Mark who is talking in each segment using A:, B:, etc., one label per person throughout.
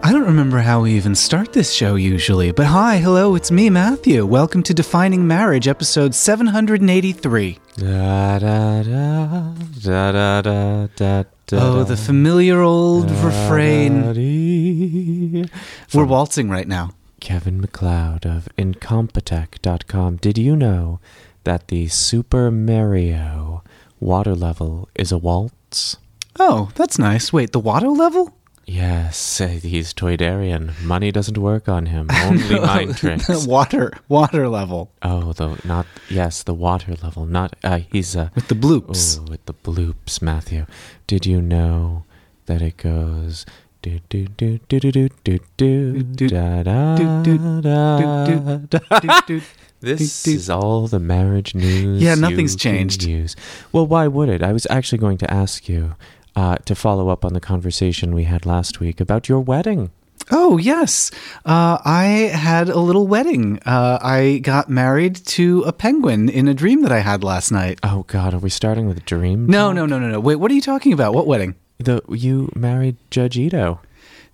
A: I don't remember how we even start this show usually, but hi, hello, it's me, Matthew. Welcome to Defining Marriage, episode 783.
B: Da da da da da da da.
A: Oh, the familiar old refrain.
B: refrain.
A: We're waltzing right now.
B: Kevin McLeod of Incompetech.com. Did you know that the Super Mario water level is a waltz?
A: Oh, that's nice. Wait, the water level?
B: Yes, eh, he's Toydarian. Money doesn't work on him. Only mind
A: The
B: tricks.
A: water, water level
B: Oh, the not yes, the water level. Not uh, he's a.
A: with the bloops.
B: Ooh, Oh, with the bloops, Matthew. Did you know that it goes do do do do do do do
A: Do, do,
B: do da da
A: do, do,
B: da
A: do,
B: da.
A: Doot, doot.
B: This
A: do.
B: is all the marriage news.
A: Yeah, nothing's
B: you can
A: changed.
B: use. Well, why would it? I was actually going to ask you uh, to follow up on the conversation we had last week about your wedding.
A: Oh, yes. Uh, I had a little wedding. Uh, I got married to a penguin in a dream that I had last night.
B: Oh God, are we starting with a dream?
A: No,
B: talk?
A: no, no, no, no. Wait, what are you talking about? What wedding?
B: The you married Judge Ito.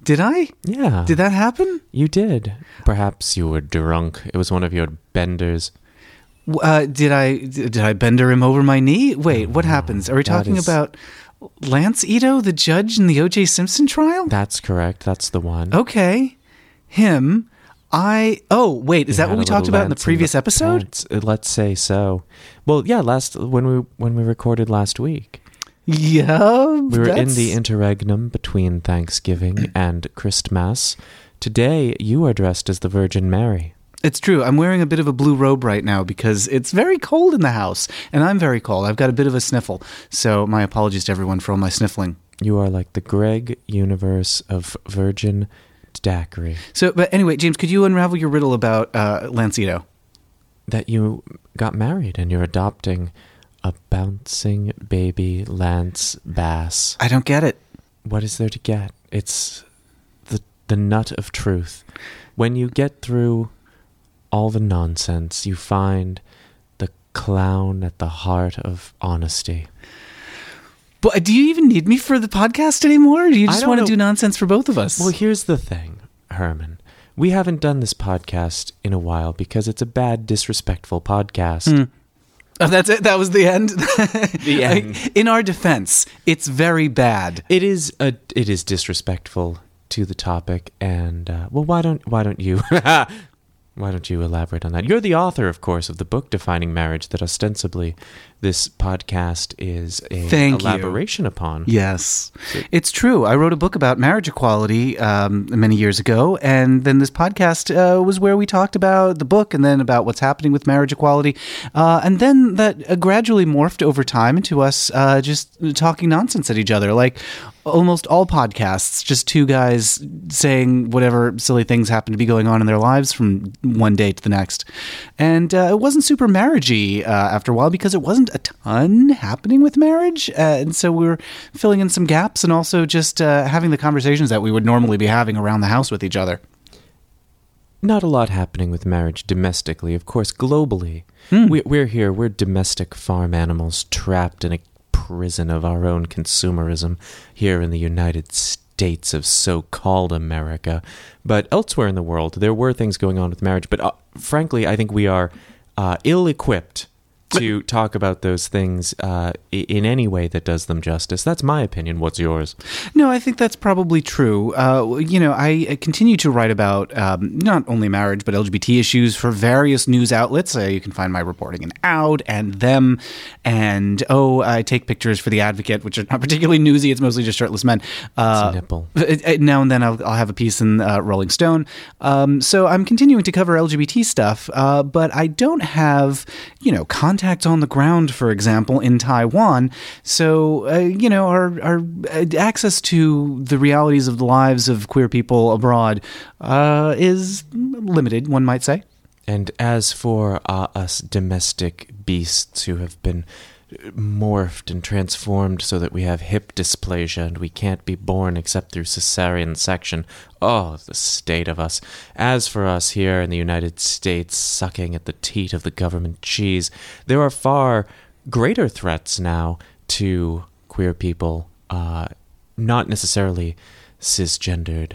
A: Did I?
B: Yeah.
A: Did that happen?
B: You did. Perhaps you were drunk. It was one of your benders.
A: W- Uh, did I did I bender him over my knee? Wait, what happens? Are we
B: that
A: talking
B: is-
A: about Lance Ito, the judge in the O.J. Simpson trial?
B: That's correct. That's the one.
A: Oh, Okay, him. I oh wait, is that
B: You
A: what
B: had
A: we
B: a
A: talked
B: little
A: about in the
B: lance
A: previous episode?
B: pants. Uh, Let's say so. Well, yeah, last when we when we recorded last week,
A: Yeah,
B: we were in
A: that's-
B: the interregnum between Thanksgiving and Christmas. Today, you are dressed as the Virgin Mary.
A: It's true. I'm wearing a bit of a blue robe right now because it's very cold in the house, and I'm very cold. I've got a bit of a sniffle, so my apologies to everyone for all my sniffling.
B: You are like the Greg universe of Virgin Daiquiri.
A: So, but anyway, James, could you unravel your riddle about uh, Lance Ito?
B: That you got married and you're adopting a bouncing baby Lance Bass.
A: I don't get it.
B: what is there to get? It's the the nut of truth. When you get through all the nonsense, you find the clown at the heart of honesty.
A: But do you even need me for the podcast anymore? Do you
B: I
A: just
B: don't
A: want to
B: know.
A: do nonsense for both of us?
B: Well, here's the thing, Herman. We haven't done this podcast in a while because it's a bad, disrespectful podcast.
A: oh, that's it. That was the end.
B: The end.
A: in our defense, it's very bad.
B: It is a it is disrespectful to the topic, and uh, well, why don't why don't you why don't you elaborate on that? You're the author, of course, of the book defining marriage that ostensibly this podcast is a
A: Thank you.
B: elaboration upon.
A: Yes, it's true. I wrote a book about marriage equality um, many years ago, and then this podcast uh, was where we talked about the book, and then about what's happening with marriage equality, uh, and then that uh, gradually morphed over time into us uh, just talking nonsense at each other, like almost all podcasts, just two guys saying whatever silly things happen to be going on in their lives from one day to the next, and uh, it wasn't super marriagey uh, after a while because it wasn't a ton happening with marriage, uh, and so we were filling in some gaps and also just uh, having the conversations that we would normally be having around the house with each other.
B: Not a lot happening with marriage domestically, of course. Globally, we, we're here. We're domestic farm animals trapped in a prison of our own consumerism here in the United States of so-called America. But elsewhere in the world, there were things going on with marriage. But uh, frankly, I think we are uh, ill-equipped to talk about those things uh, i- in any way that does them justice. That's my opinion. What's yours?
A: No, I think that's probably true. Uh, you know, I uh, continue to write about um, not only marriage but LGBT issues for various news outlets. Uh, you can find my reporting in Out and Them, and oh, I take pictures for the Advocate, which are not particularly newsy. It's mostly just shirtless men. Uh,
B: nipple.
A: it- it- now and then I'll, I'll have a piece in uh, Rolling Stone. Um, so I'm continuing to cover LGBT stuff, uh, but I don't have, you know, contacts on the ground, for example, in Taiwan. So, uh, you know, our, our uh, access to the realities of the lives of queer people abroad uh, is limited, one might say.
B: And as for uh, us domestic beasts who have been morphed and transformed so that we have hip dysplasia and we can't be born except through cesarean section, oh, the state of us. As for us here in the United States, sucking at the teat of the government cheese, there are far greater threats now to queer people, uh, not necessarily cisgendered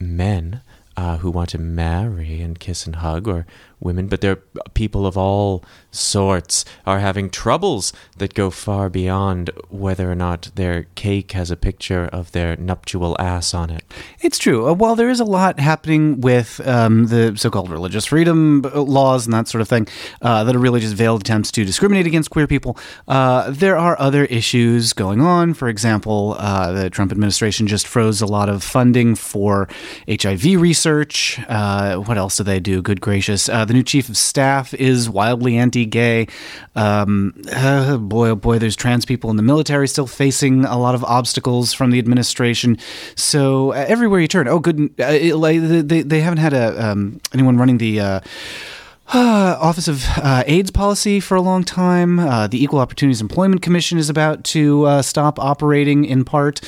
B: men uh, who want to marry and kiss and hug or women, but they're people of all sorts are having troubles that go far beyond whether or not their cake has a picture of their nuptial ass on it.
A: It's true. Uh, while there is a lot happening with um, the so called religious freedom uh, laws and that sort of thing uh, that are really just veiled attempts to discriminate against queer people, uh, there are other issues going on. For example, uh, the Trump administration just froze a lot of funding for HIV research. Uh, what else do they do? Good gracious. Uh, the new chief of staff is wildly anti gay. Um, uh, boy, oh boy, there's trans people in the military still facing a lot of obstacles from the administration. So uh, everywhere you turn, oh, good. Uh, it, like, they, they haven't had a um, anyone running the. Uh, Office of uh, AIDS policy for a long time. Uh, the Equal Opportunities Employment Commission is about to uh, stop operating in part.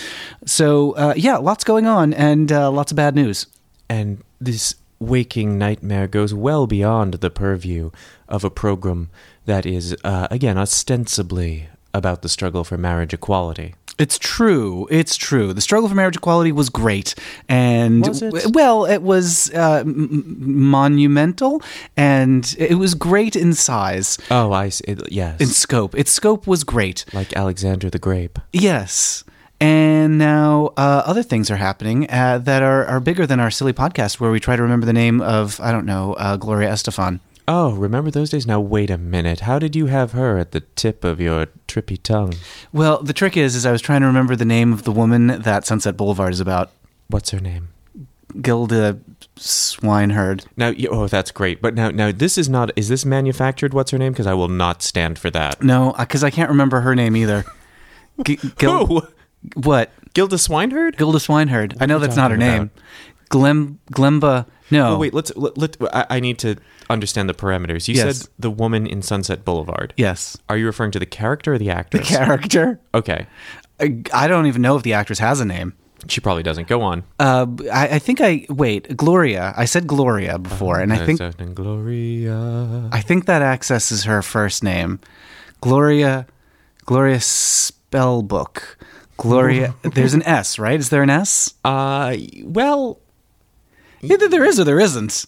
A: So, uh, yeah, lots going on and uh, lots of bad news.
B: And this waking nightmare goes well beyond the purview of a program that is, uh, again, ostensibly about the struggle for marriage equality.
A: It's true. It's true. The struggle for marriage equality was great, and
B: Was it?
A: w- well, it was uh, m- m- monumental, and it was great in size,
B: Oh, I see. It, yes.
A: in scope. Its scope was great.
B: like Alexander the Grape.
A: Yes. And now uh, other things are happening uh, that are, are bigger than our silly podcast, where we try to remember the name of I don't know uh, Gloria Estefan.
B: Oh, remember those days? Now, wait a minute. How did you have her at the tip of your trippy tongue?
A: Well, the trick is, is I was trying to remember the name of the woman that Sunset Boulevard is about,
B: What's her name?
A: Gilda Swineherd.
B: Now, you- oh, that's great. But now, now this is not. Is this manufactured? What's her name? Because I will not stand for that.
A: No, because I can't remember her name either. G- Gil-
B: Who?
A: What?
B: Gilda Swineherd?
A: Gilda Swineherd. I know
B: are you
A: that's not her
B: talking
A: name. Glem Glemba. No.
B: Oh, wait. Let's. Let, let, I, I need to understand the parameters. You
A: Yes.
B: said the woman in Sunset Boulevard.
A: Yes.
B: Are you referring to the character or the
A: The
B: actress?
A: character.
B: okay.
A: I, I don't even know if the actress has a name.
B: She probably doesn't. Go on.
A: Uh, I, I think I wait. Gloria. I said Gloria before, and I think
B: Certain Gloria.
A: I think that accesses her first name, Gloria. Gloria Spellbook. Gloria. there's an S, right? Is there an S?
B: Uh, well,
A: Either there is or there isn't.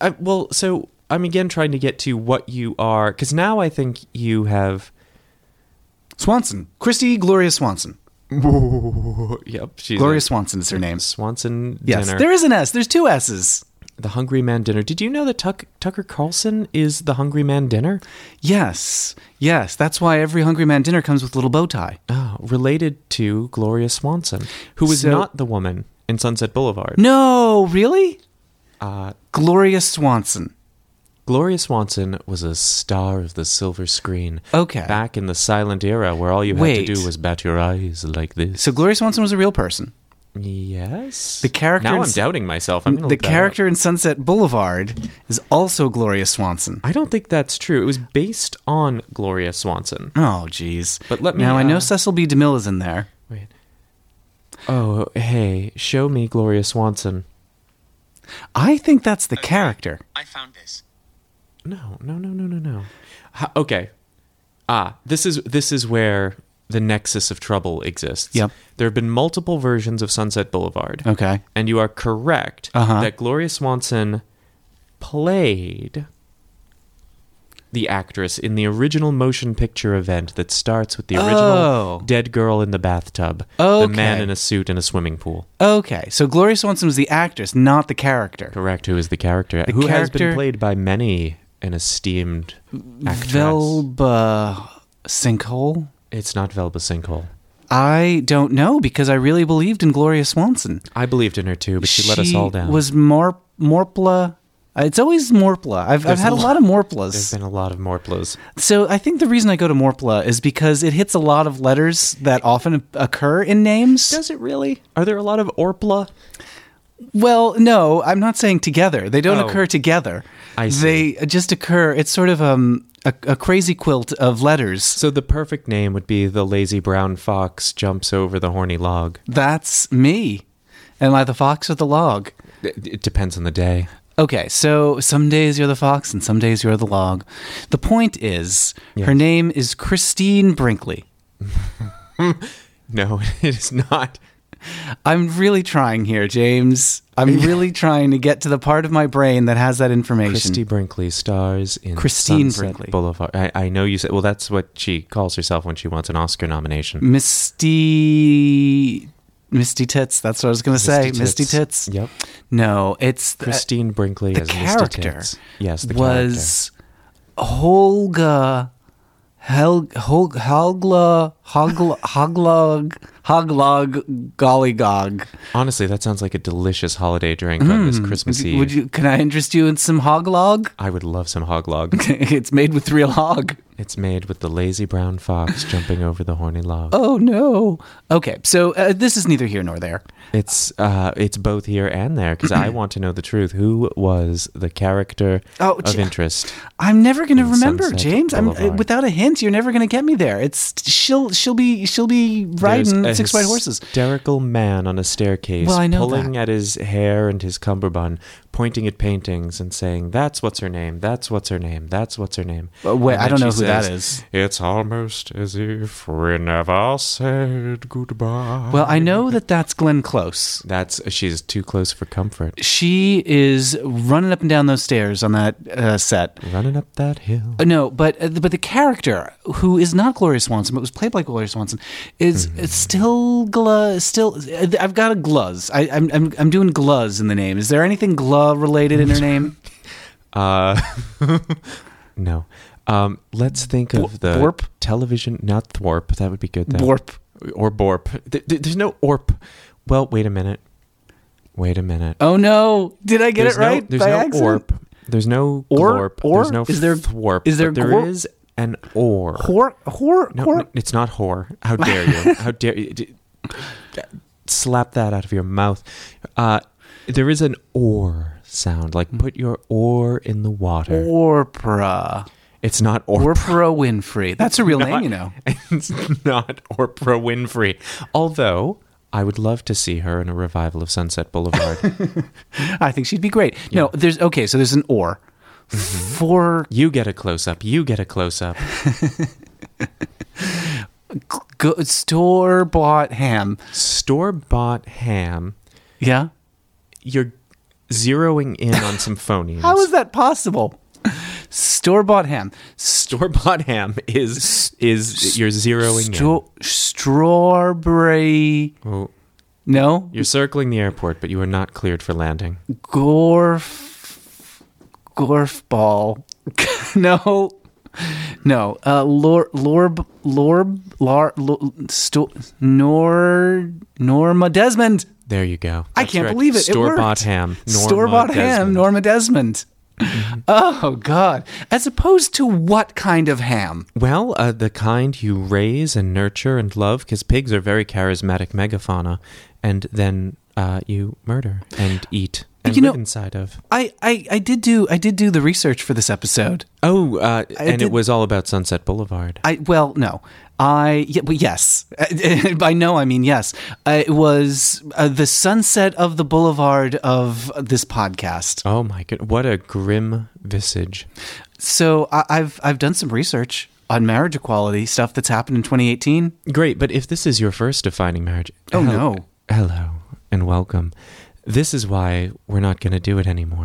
B: I, well, so I'm again trying to get to what you are, because now I think you have.
A: Swanson. Christy Gloria Swanson.
B: Yep, she's
A: Gloria
B: a
A: Swanson is her name.
B: Swanson
A: Yes,
B: dinner.
A: there is an S. There's two S's.
B: the Hungry Man dinner. Did you know that Tuck, Tucker Carlson is the Hungry Man dinner?
A: Yes, yes. That's why every Hungry Man dinner comes with a little bow tie.
B: Oh, related to Gloria Swanson, who was
A: So- Hmm.
B: not the woman in Sunset Boulevard.
A: No, really?
B: Uh,
A: Gloria Swanson.
B: Gloria Swanson was a star of the silver screen.
A: Okay.
B: Back in the silent era where all you had
A: Wait.
B: to do was bat your eyes like this.
A: So Gloria Swanson was a real person.
B: Yes.
A: The character in
B: Now I'm
A: s-
B: doubting myself. I'm gonna
A: the
B: look that up.
A: character in Sunset Boulevard is also Gloria Swanson.
B: I don't think that's true. It was based on Gloria Swanson.
A: Oh, jeez.
B: But let me,
A: now I know
B: uh,
A: Cecil B. DeMille is in there.
B: Wait. Oh, hey, show me Gloria Swanson.
A: I think that's the character.
C: I found this.
B: No, no, no, no, no, no. H- okay. Ah, this is this is where the nexus of trouble exists.
A: Yep.
B: There have been multiple versions of Sunset Boulevard.
A: Okay.
B: And you are correct
A: Uh-huh.
B: that Gloria Swanson played the actress in the original motion picture event that starts with the original
A: Oh.
B: dead girl in the bathtub, the man
A: Okay.
B: in a suit in a swimming pool.
A: Okay. So Gloria Swanson was the actress, not the character.
B: Correct. Who is the character? who has been
A: character-
B: played by many an esteemed actress.
A: Velba Sinkhole?
B: it's not Velba Sinkhole.
A: I don't know because I really believed in Gloria Swanson.
B: I believed in her too, but she, let us all down.
A: Was Mor- Morpla? uh, It's always Morpla. I've, I've
B: There's
A: had
B: a
A: a lot of
B: There's
A: Morplas.
B: been a lot of Morplas.
A: So I think the reason I go to Morpla is because it hits a lot of letters that often occur in names.
B: it really? Are there a lot of Orpla?
A: Well, no, I'm not saying together. They don't
B: Oh.
A: occur together.
B: I see.
A: They just occur. It's sort of um, a, a crazy quilt of letters.
B: So the perfect name would be the lazy brown fox jumps over the horny log.
A: That's me. Am I the fox or the log?
B: It, it depends on the day.
A: Okay, so some days you're the fox and some days you're the log. The point is, her name is Christine Brinkley.
B: no, it is not.
A: I'm really trying here, James. I'm really trying to get to the part of my brain that has that information.
B: Christy Brinkley stars in
A: Christine
B: Sunset
A: Brinkley.
B: Boulevard. I, I know you said. Well, that's what she calls herself when she wants an Oscar nomination.
A: Misty. Misty Tits. That's what I was going to say. Misty Tits.
B: Yep.
A: No, it's the,
B: Christine Brinkley
A: the
B: as Misty
A: character.
B: Tits. Yes, the
A: was Holga. Hel, Hol, Hogla, Hogla, Hoglog, Hoglog, Gollygog.
B: character. Honestly, that sounds like a delicious holiday drink on this Christmas Eve.
A: Mm. Would you? Can I interest you in some Hoglog?
B: I would love some hog log.
A: it's made with real hog.
B: it's made with the lazy brown fox jumping over the horny log.
A: Oh no. Okay, so uh, this is neither here nor there.
B: It's uh, it's both here and there because I want to know the truth. Who was the character
A: Oh,
B: of
A: gee.
B: interest?
A: I'm never going to
B: In
A: remember,
B: Sunset
A: James. I'm, uh,
B: Boulevard.
A: without a hint, you're never going to get me there. It's she'll she'll be she'll be riding
B: There's a
A: six white horses.
B: Hysterical man on a staircase,
A: Well, I know
B: pulling at his hair and his cummerbund, pointing at paintings and saying, "That's what's her name. That's what's her name. That's what's her name."
A: Uh, wait,
B: And
A: I
B: then
A: don't know
B: she
A: who that
B: says,
A: is.
B: It's almost as if we never said goodbye.
A: Well, I know that that's Glenn Close.
B: that's she's too close for comfort.
A: She is running up and down those stairs on that uh, set.
B: Running up that hill.
A: Uh, No, but uh, but the character who is not Gloria Swanson, but was played by Gloria Swanson, is
B: Mm-hmm.
A: is still gla still. uh, I've got a gluz. I, I'm I'm I'm doing gluz in the name. Is there anything gla related in her name?
B: Uh, no. Um, let's think of the
A: Borp?
B: television, not thwarp. That would be good. Though.
A: Borp.
B: or borp. Th- th- there's no orp. Well, wait a minute. Wait a minute.
A: Oh no! Did I get
B: there's
A: it right
B: No,
A: by
B: there's no
A: accident?
B: orp. There's no
A: Or-
B: glorp.
A: or?
B: there's no
A: Is there-
B: thwarp.
A: is there
B: but there
A: glor-
B: is an or.
A: Hor, hor,
B: No,
A: hor.
B: no, it's not whore. How dare you? How dare you? D- Slap that out of your mouth. Uh, there is an or sound.
A: Hmm.
B: Like put your oar in the water.
A: Orpra.
B: It's not or.
A: Orpra Winfrey. That's a real name,
B: not-
A: you know.
B: It's not Oprah Winfrey. Although I would love to see her in a revival of Sunset Boulevard.
A: I think she'd be great. No, there's okay. So there's an or.
B: Mm-hmm.
A: For
B: you get a close up. You get a close up.
A: store bought ham.
B: Store bought ham.
A: Yeah.
B: You're zeroing in on some phonemes.
A: How is that possible? Store bought ham.
B: store bought ham is is you're zeroing
A: Stro- strawberry.
B: in. Oh,
A: No.
B: you're circling the airport, but you are not cleared for landing.
A: Gorf. Gorf ball. no. No. Uh, lor, lorb. Lorb. Lar, lo, sto, nor. Norma Desmond.
B: There you go.
A: I
B: That's
A: can't
B: right.
A: believe it. It
B: Store bought
A: worked.
B: ham. Norma
A: Store bought ham.
B: Desmond. Mm-hmm.
A: Norma Desmond. Oh, God. As opposed to what kind of ham?
B: Well, uh, the kind you raise and nurture and love, because pigs are very charismatic megafauna, and then uh, you murder and eat and
A: you
B: live
A: know-
B: inside of.
A: I, I, I did do I did do the research for this episode.
B: Oh, uh, and
A: did-
B: it was all about Sunset Boulevard.
A: I well, no. I yeah, but yes. By no, I mean yes. Uh, it was uh, the sunset of the boulevard of this podcast.
B: Oh my god! What a grim visage.
A: So I, I've I've done some research on marriage equality stuff that's happened in 2018.
B: Great, but if this is your first defining marriage,
A: Oh,
B: hel-
A: no.
B: hello and welcome. This is why we're not going to do it anymore.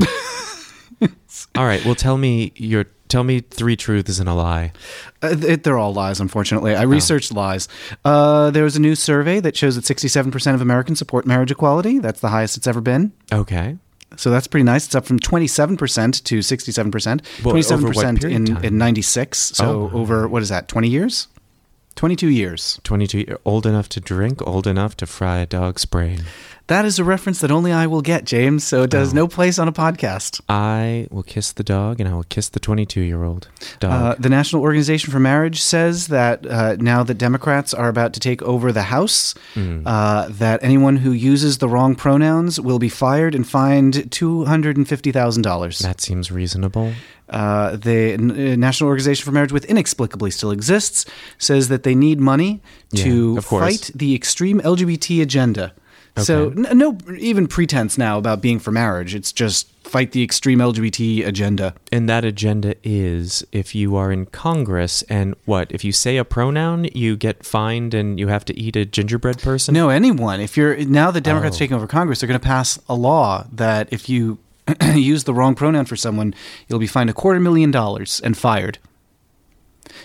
B: all right. Well, tell me your tell me three truths and a lie.
A: Uh, th- they're all lies, unfortunately. I researched lies. Uh, there was a new survey that shows that 67% of Americans support marriage equality. That's the highest it's ever been.
B: Okay.
A: So that's pretty nice. It's up from 27% to 67%.
B: Well, over what
A: 27%
B: period of
A: in,
B: time? Oh.
A: in 96. So over, what is that, 20 years? 22 years.
B: 22 year old enough to drink old enough to fry a dog's brain
A: That is a reference that only I will get, James. So it
B: Oh.
A: has no place on a podcast.
B: i will kiss the dog and i will kiss the 22 year old
A: Uh,
B: dog
A: the National Organization for Marriage says that uh, now that Democrats are about to take over the House,
B: Mm.
A: uh, that anyone who uses the wrong pronouns will be fired and fined two hundred and fifty thousand dollars.
B: that seems reasonable
A: Uh, the N- uh, National Organization for Marriage, with inexplicably still exists, says that they need money
B: Yeah,
A: to
B: of course.
A: fight the extreme LGBT agenda. So n- no even pretense now about being for marriage. It's just fight the extreme LGBT agenda.
B: And that agenda is if you are in Congress and what? If you say a pronoun, you get fined and you have to eat a gingerbread person?
A: No, anyone. If you're now the Democrats
B: Oh.
A: taking over Congress, they're going to pass a law that if you use the wrong pronoun for someone, you'll be fined a quarter million dollars and fired.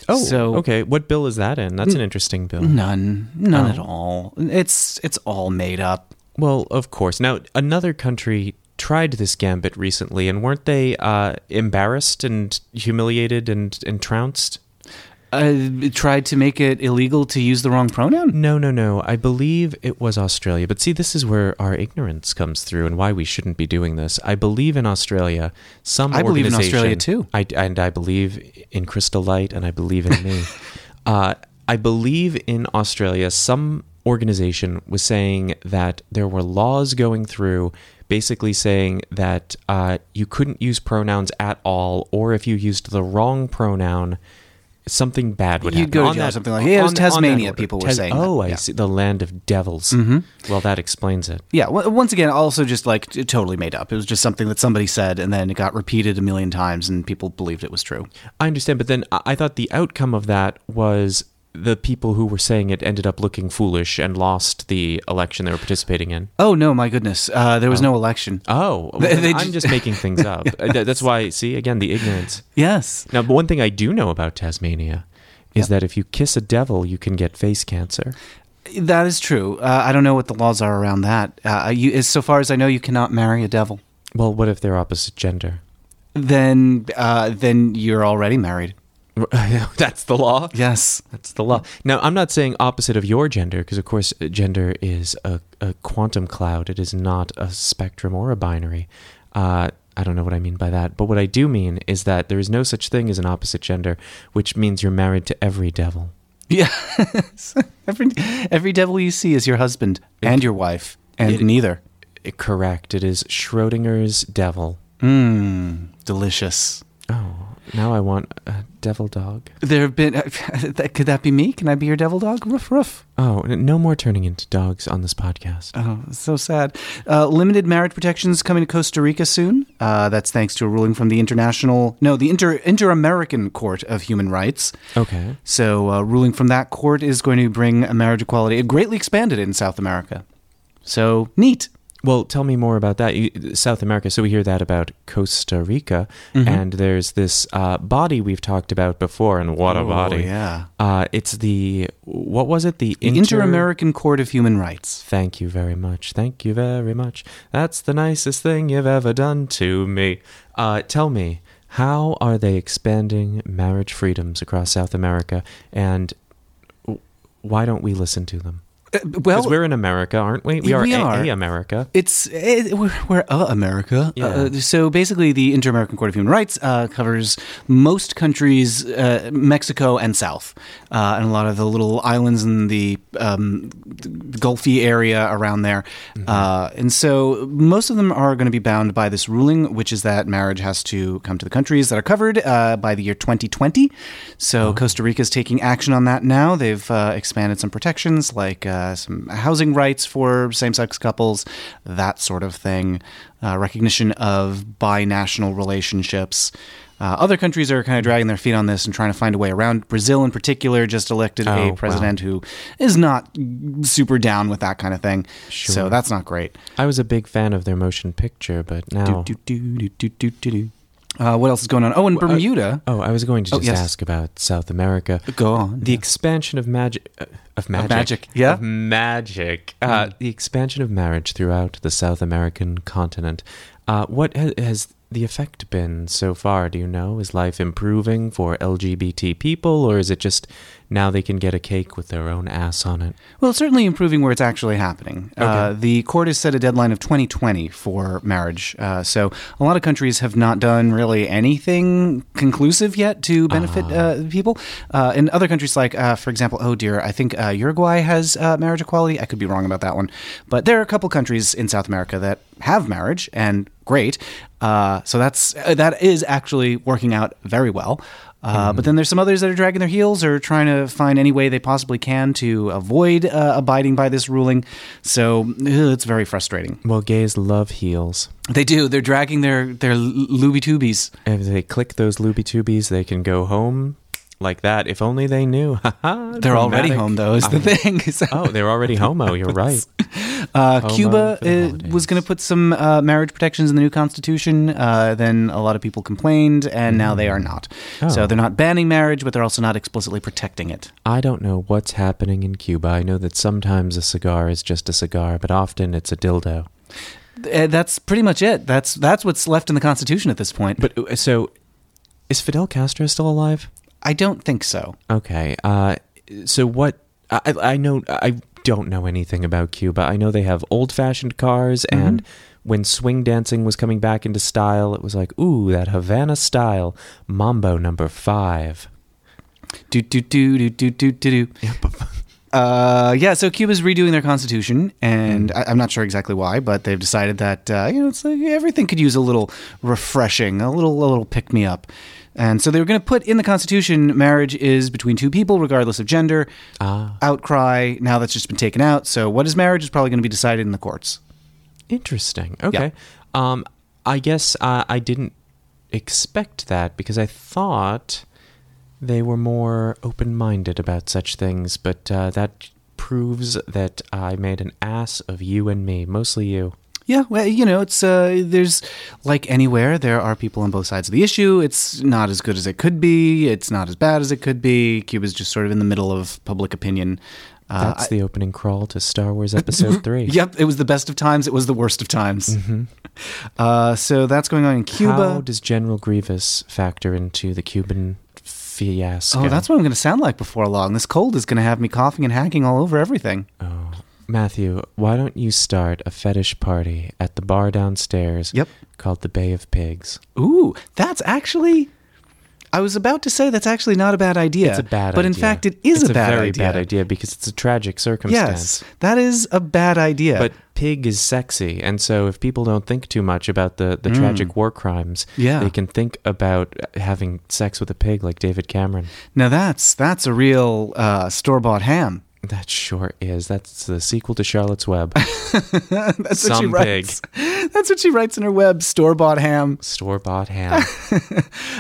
B: Oh,
A: so-
B: okay. What bill is that in? That's an interesting bill.
A: Mm-hmm. None,
B: Oh.
A: none at all. It's it's all made up.
B: Well, of course. Now, another country tried this gambit recently, and weren't they uh, embarrassed and humiliated and, and trounced?
A: I Uh, tried to make it illegal to use the wrong pronoun.
B: No, no, no. I believe it was Australia. But see, this is where our ignorance comes through and why we shouldn't be doing this. I believe in Australia, some
A: I believe in Australia,
B: organization- I, and I believe in Crystal Light and I believe in me. uh, I believe in Australia, some organization was saying that there were laws going through basically saying that uh, you couldn't use pronouns at all, or if you used the wrong pronoun, something bad would
A: You'd
B: happen.
A: go to
B: On
A: jail or
B: that-
A: something like- yeah, it was
B: on- on that Mm-hmm.
A: Tasmania
B: order.
A: people were saying that,
B: Oh, I
A: yeah.
B: see. The land of devils. Well, that explains it.
A: Yeah. w- Once again, also just like t- totally made up. It was just something that somebody said, and then it got repeated a million times, and people believed it was true.
B: I understand, but then I I thought the outcome of that was the people who were saying it ended up looking foolish and lost the election they were participating in.
A: Oh no, my goodness! Uh, there was no election.
B: Oh, well, then
A: they
B: I'm
A: just-
B: just making things up. Uh, tha- That's why, see, again, the ignorance.
A: Yes.
B: Now, but one thing I do know about Tasmania is that if you kiss a devil, you can get face cancer.
A: That is true. Uh, I don't know what the laws are around that. Uh, you, as so far as I know, you cannot marry a devil.
B: Well, what if they're opposite gender?
A: Then, uh, then you're already married.
B: That's the law.
A: Yes.
B: That's the law. Now, I'm not saying opposite of your gender, because of course, uh, gender is a, a quantum cloud. It is not a spectrum or a binary. Uh, I don't know what I mean by that. But what I do mean is that there is no such thing as an opposite gender, which means you're married to every devil.
A: Yes. every every devil you see is your husband and your wife and
B: It-
A: neither.
B: Uh, Correct. It is Schrodinger's devil.
A: Mmm. Delicious.
B: Oh, now I want a devil dog.
A: There have been. that, could that be me? Can I be your devil dog? Ruff ruff.
B: Oh, n- no more turning into dogs on this podcast.
A: Oh, so sad. Uh, limited marriage protections coming to Costa Rica soon. Uh, that's thanks to a ruling from the international, no, the inter inter American Court of Human Rights.
B: Okay.
A: So, uh, ruling from that court is going to bring a marriage equality. It greatly expanded it in South America. So neat.
B: Well, tell me more about that. You, South America. So we hear that about Costa Rica,
A: Mm-hmm.
B: and there's this uh, body we've talked about before, and what a body!
A: Oh, yeah.
B: Uh, it's the what was it? The
A: The
B: inter-
A: Inter American Court of Human Rights.
B: Thank you very much. Thank you very much. That's the nicest thing you've ever done to me. Uh, tell me, how are they expanding marriage freedoms across South America, and w- why don't we listen to them?
A: Uh,
B: Because
A: well,
B: we're in America, aren't we? We are,
A: We
B: a-
A: are.
B: a America.
A: It's it, we're, we're uh, America.
B: Yeah.
A: Uh, so basically, the Inter American Court of Human Rights uh, covers most countries, uh, Mexico and South, uh, and a lot of the little islands in the um, Gulfy area around there.
B: Mm-hmm.
A: Uh, and so most of them are going to be bound by this ruling, which is that marriage has to come to the countries that are covered uh, by the year 2020. So Costa Rica is taking action on that now. They've uh, expanded some protections, like uh, some housing rights for same sex couples, that sort of thing, uh, recognition of binational relationships. Uh, other countries are kind of dragging their feet on this and trying to find a way around. Brazil, in particular, just elected
B: Oh,
A: a
B: wow.
A: president who is not super down with that kind of thing. So
B: Sure.
A: that's not great.
B: I was a big fan of their motion picture, but now.
A: Do, do, do, do, do, do, do. Uh, what else is going on? Oh, in Bermuda.
B: Oh, I was going to
A: Oh,
B: just
A: yes.
B: ask about South America.
A: Go on.
B: The expansion of magic, uh, of magic,
A: magic, yeah. Mm.
B: of magic. Uh, The expansion of marriage throughout the South American continent. Uh, what ha- has the effect been so far? Do you know? Is life improving for LGBT people, or is it just now they can get a cake with their own ass on it?
A: Well, it's certainly improving where it's actually happening. Uh, the court has set a deadline of 2020 for marriage. Uh, so a lot of countries have not done really anything conclusive yet to benefit uh, people. Uh, in other countries, like, uh, for example, oh dear, I think uh, Uruguay has uh, marriage equality. I could be wrong about that one. But there are a couple countries in South America that have marriage and great. Uh, so that's uh, that is actually working out very well. Uh, But then there's some others that are dragging their heels or trying to find any way they possibly can to avoid uh, abiding by this ruling. So ugh, it's very frustrating.
B: Well, gays love heels.
A: They do. They're dragging their their looby tubies.
B: If they click those looby tubies, they can go home like that. If only they knew. Ha ha.
A: They're already
B: Dramatic.
A: home though. Is the thing. So-
B: Oh, they're already homo. You're right.
A: Uh,
B: Homo
A: Cuba
B: for the
A: uh, was
B: holidays.
A: going to put some uh, marriage protections in the new constitution. Uh, then a lot of people complained, and now they are not. So
B: Oh.
A: they're not banning marriage, but they're also not explicitly protecting it.
B: I don't know what's happening in Cuba. I know that sometimes a cigar is just a cigar, but often it's a dildo.
A: Uh, that's pretty much it. That's that's what's left in the constitution at this point.
B: But uh, so, is Fidel Castro still alive?
A: I don't think so.
B: Okay. Uh, so what? I, I- I know. I don't know anything about Cuba. I know they have old-fashioned cars, and when swing dancing was coming back into style, it was like, ooh, that Havana style mambo number five.
A: Do do do do do do do do. Uh, yeah, so Cuba's redoing their constitution, and I, I'm not sure exactly why, but they've decided that uh, you know it's like everything could use a little refreshing, a little a little pick me up, and so they were going to put in the constitution marriage is between two people regardless of gender.
B: Ah,
A: Outcry now that's just been taken out. So what is marriage is probably going to be decided in the courts.
B: interesting. Okay. Um, I guess uh, I didn't expect that because I thought they were more open-minded about such things, but uh, that proves that I made an ass of you and me, mostly you.
A: Yeah, well, you know, it's uh, there's like anywhere there are people on both sides of the issue. It's not as good as it could be. It's not as bad as it could be. Cuba's just sort of in the middle of public opinion. Uh,
B: That's the opening crawl to Star Wars Episode 3.
A: yep, it was the best of times. It was the worst of times. Uh, so that's going on in Cuba.
B: Mm-hmm. How does General Grievous factor into the Cuban fiasco?
A: oh, that's what I'm going to sound like before long. This cold is going to have me coughing and hacking all over everything.
B: Oh. Matthew, why don't you start a fetish party at the bar downstairs
A: Yep.
B: called the Bay of Pigs?
A: Ooh, that's actually. I was about to say that's actually not a bad idea.
B: It's a bad idea.
A: But in fact, it is
B: It's
A: a bad
B: very
A: idea.
B: bad idea because it's a tragic circumstance.
A: Yes, that is a bad idea.
B: But pig is sexy, and so if people don't think too much about the, the tragic war crimes,
A: Mm. Yeah.
B: they can think about having sex with a pig like David Cameron.
A: Now that's that's a real uh, store bought ham.
B: That sure is. That's the sequel to Charlotte's Web.
A: That's what she
B: Some
A: writes. That's what she writes in her web. Store bought ham.
B: Store bought ham.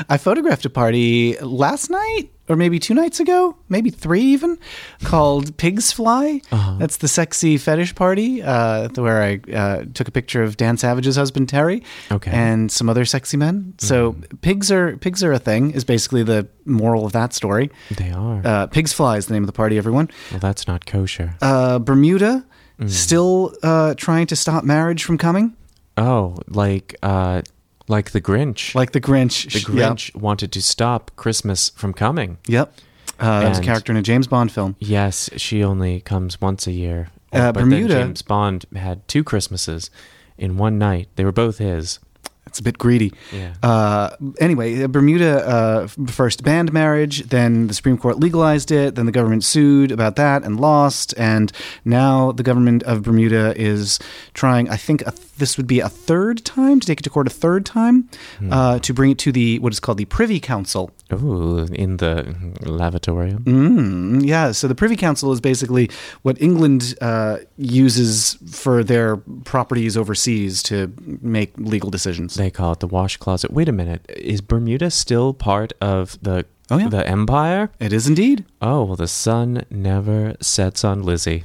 A: I photographed a party last night, or maybe two nights ago, maybe three even, called Pigs Fly.
B: Uh-huh.
A: That's the sexy fetish party uh, where I uh, took a picture of Dan Savage's husband Terry,
B: Okay. Mm-hmm.
A: and some other sexy men. So pigs are pigs are a thing. Is basically the moral of that story.
B: they are.
A: Uh, Pigs Fly is the name of the party. Everyone.
B: well, that's not kosher.
A: uh, Bermuda
B: Mm-hmm.
A: still uh, trying to stop marriage from coming,
B: oh, like uh like the Grinch.
A: like the Grinch.
B: the Grinch wanted to stop Christmas from coming.
A: Yep. Uh, that was a
B: And-
A: character in a James Bond film.
B: Yes, she only comes once a year.
A: Uh,
B: but then
A: Bermuda-
B: James Bond had two Christmases in one night. They were both his.
A: It's a bit greedy.
B: Yeah.
A: Uh, anyway, Bermuda uh, f- first banned marriage, then the Supreme Court legalized it, then the government sued about that and lost, and now the government of Bermuda is trying. I think a, this would be a third time to take it to court, a third time
B: Hmm.
A: uh, to bring it to the what is called the Privy Council,
B: Ooh, in the lavatorium.
A: Mm, yeah. So the Privy Council is basically what England uh, uses for their properties overseas to make legal decisions.
B: They call it the wash closet. Wait a minute. Is Bermuda still part of the
A: Oh, yeah.
B: the empire?
A: It is indeed.
B: Oh, well, the sun never sets on Lizzie.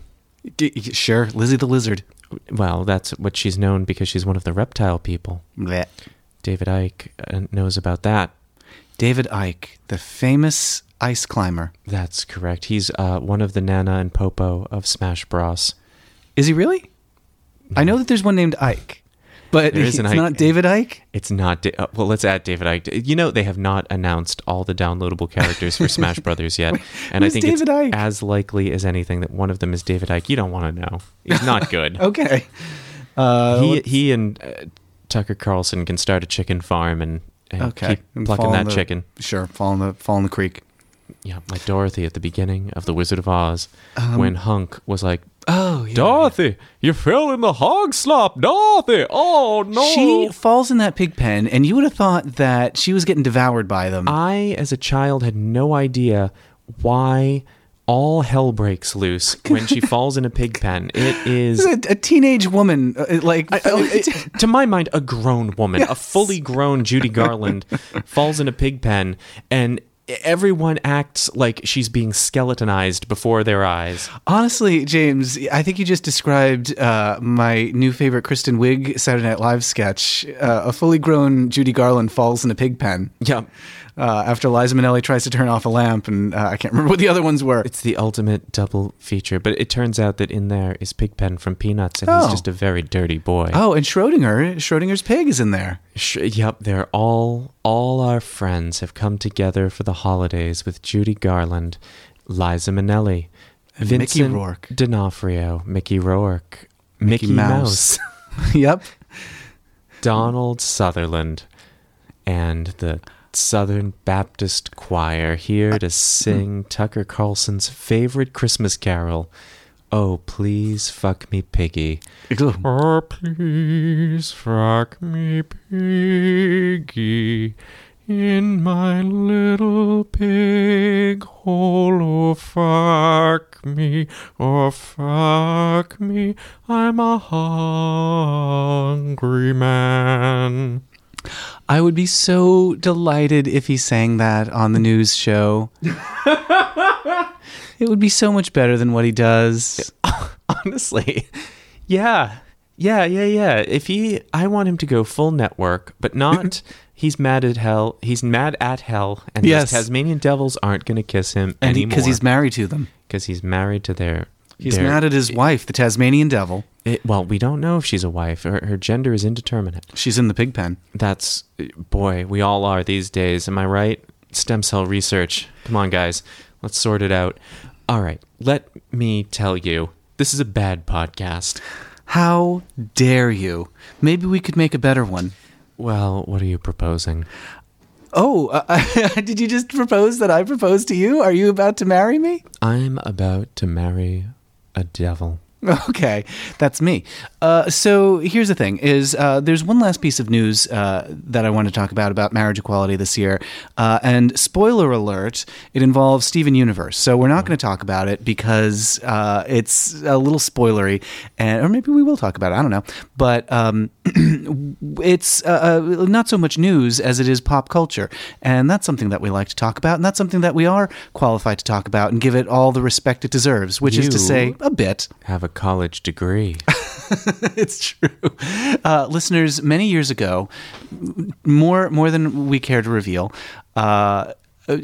A: D- y- sure, Lizzie the Lizard.
B: Well, that's what she's known because she's one of the reptile people.
A: Blech.
B: David Icke uh, knows about that.
A: David Icke, the famous ice climber.
B: That's correct. He's uh, one of the Nana and Popo of Smash Bros.
A: Is he really? I know that there's one named Ike, but
B: There
A: it's
B: is an Ike.
A: not David Ike.
B: It's not. Da- uh, well, let's add David Icke. You know, they have not announced all the downloadable characters for Smash Brothers yet, and I
A: who's
B: think
A: David
B: it's
A: Icke?
B: as likely as anything that one of them is David Icke. You don't want to know. He's not good.
A: Okay. Uh,
B: he he and uh, Tucker Carlson can start a chicken farm and, and
A: okay.
B: keep
A: And
B: plucking
A: fall in
B: that
A: the-
B: chicken.
A: Sure. Fall in the fall in the creek.
B: Yeah, like Dorothy at the beginning of The Wizard of Oz,
A: Um,
B: when Hunk was like,
A: Oh, yeah.
B: Dorothy, you fell in the hog slop, Dorothy. Oh no!
A: She falls in that pig pen, and you would have thought that she was getting devoured by them.
B: I, as a child, had no idea why all hell breaks loose when she falls in a pig pen. It
A: This
B: is.
A: is a, a teenage woman, uh, like fell into-
B: to my mind, a grown woman, a fully grown Judy Garland, falls in a pig pen, and everyone acts like she's being skeletonized before their eyes.
A: honestly, James, I think you just described uh, my new favorite Kristen Wiig Saturday Night Live sketch. Uh, a fully grown Judy Garland falls in a pig pen
B: Yeah,
A: uh, after Liza Minnelli tries to turn off a lamp, and uh, I can't remember what the other ones were.
B: it's the ultimate double feature. But it turns out that in there is Pigpen from Peanuts, and
A: Oh.
B: he's just a very dirty boy.
A: Oh, and Schrodinger, Schrodinger's pig is in there.
B: Sh- yep, they're all all our friends have come together for the holidays with Judy Garland, Liza Minnelli,
A: Mickey
B: Vincent
A: Rourke.
B: D'Onofrio, Mickey Rourke, Mickey, Mouse,
A: yep.
B: Donald Sutherland, and the Southern Baptist Choir here to sing Tucker Carlson's favorite Christmas carol. Oh, please fuck me, piggy. Oh, please fuck me, piggy, in my little pig hole. Oh, fuck me, oh, fuck me, I'm a hungry man.
A: I would be so delighted if he sang that on the news show. it would be so much better than what he does.
B: Honestly, yeah, yeah, yeah, yeah. If he, I want him to go full network, but not. He's mad at hell. He's mad at hell, and these
A: Mm-hmm. Yes.
B: Tasmanian devils aren't going to kiss him
A: And
B: anymore
A: because he's married to them.
B: because he's married to their.
A: He's
B: their-
A: mad at his wife, the Tasmanian devil.
B: it- well, we don't know if she's a wife. Her, her gender is indeterminate.
A: She's in the pig pen.
B: That's boy, we all are these days. Am I right? Stem cell research. Come on, guys, let's sort it out. All right, let me tell you, this is a bad podcast.
A: How dare you? Maybe we could make a better one.
B: Well, what are you proposing?
A: Oh, uh, did you just propose that I propose to you? Are you about to marry me?
B: I'm about to marry a devil.
A: Okay, that's me. Uh, so here's the thing: is uh, there's one last piece of news uh, that I want to talk about about marriage equality this year, uh, and spoiler alert, it involves Steven Universe. So we're not going to talk about it because uh, it's a little spoilery, and or maybe we will talk about it. I don't know, but um, it's uh, uh, not so much news as it is pop culture, and that's something that we like to talk about, and that's something that we are qualified to talk about and give it all the respect it deserves, which is to
B: You-
A: say, a bit
B: Have a college degree.
A: it's true. Uh, listeners, many years ago, m- more more than we care to reveal, uh,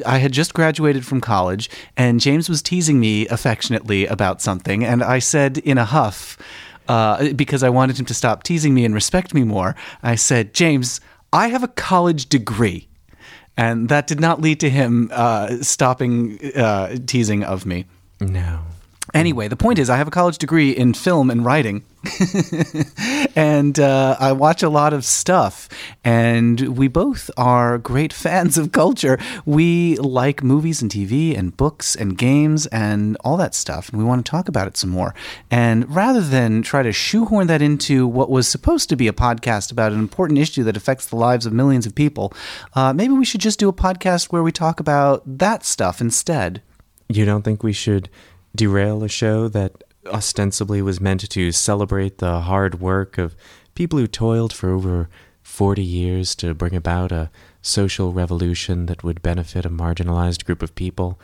A: I had just graduated from college, and James was teasing me affectionately about something, and I said in a huff, uh, because I wanted him to stop teasing me and respect me more. I said, James, I have a college degree. And that did not lead to him uh, stopping uh, teasing of me.
B: no.
A: Anyway, the point is, I have a college degree in film and writing, and uh, I watch a lot of stuff. And we both are great fans of culture. We like movies and TV and books and games and all that stuff, and we want to talk about it some more. And rather than try to shoehorn that into what was supposed to be a podcast about an important issue that affects the lives of millions of people, uh, maybe we should just do a podcast where we talk about that stuff instead.
B: You don't think we should derail a show that ostensibly was meant to celebrate the hard work of people who toiled for over 40 years to bring about a social revolution that would benefit a marginalized group of people?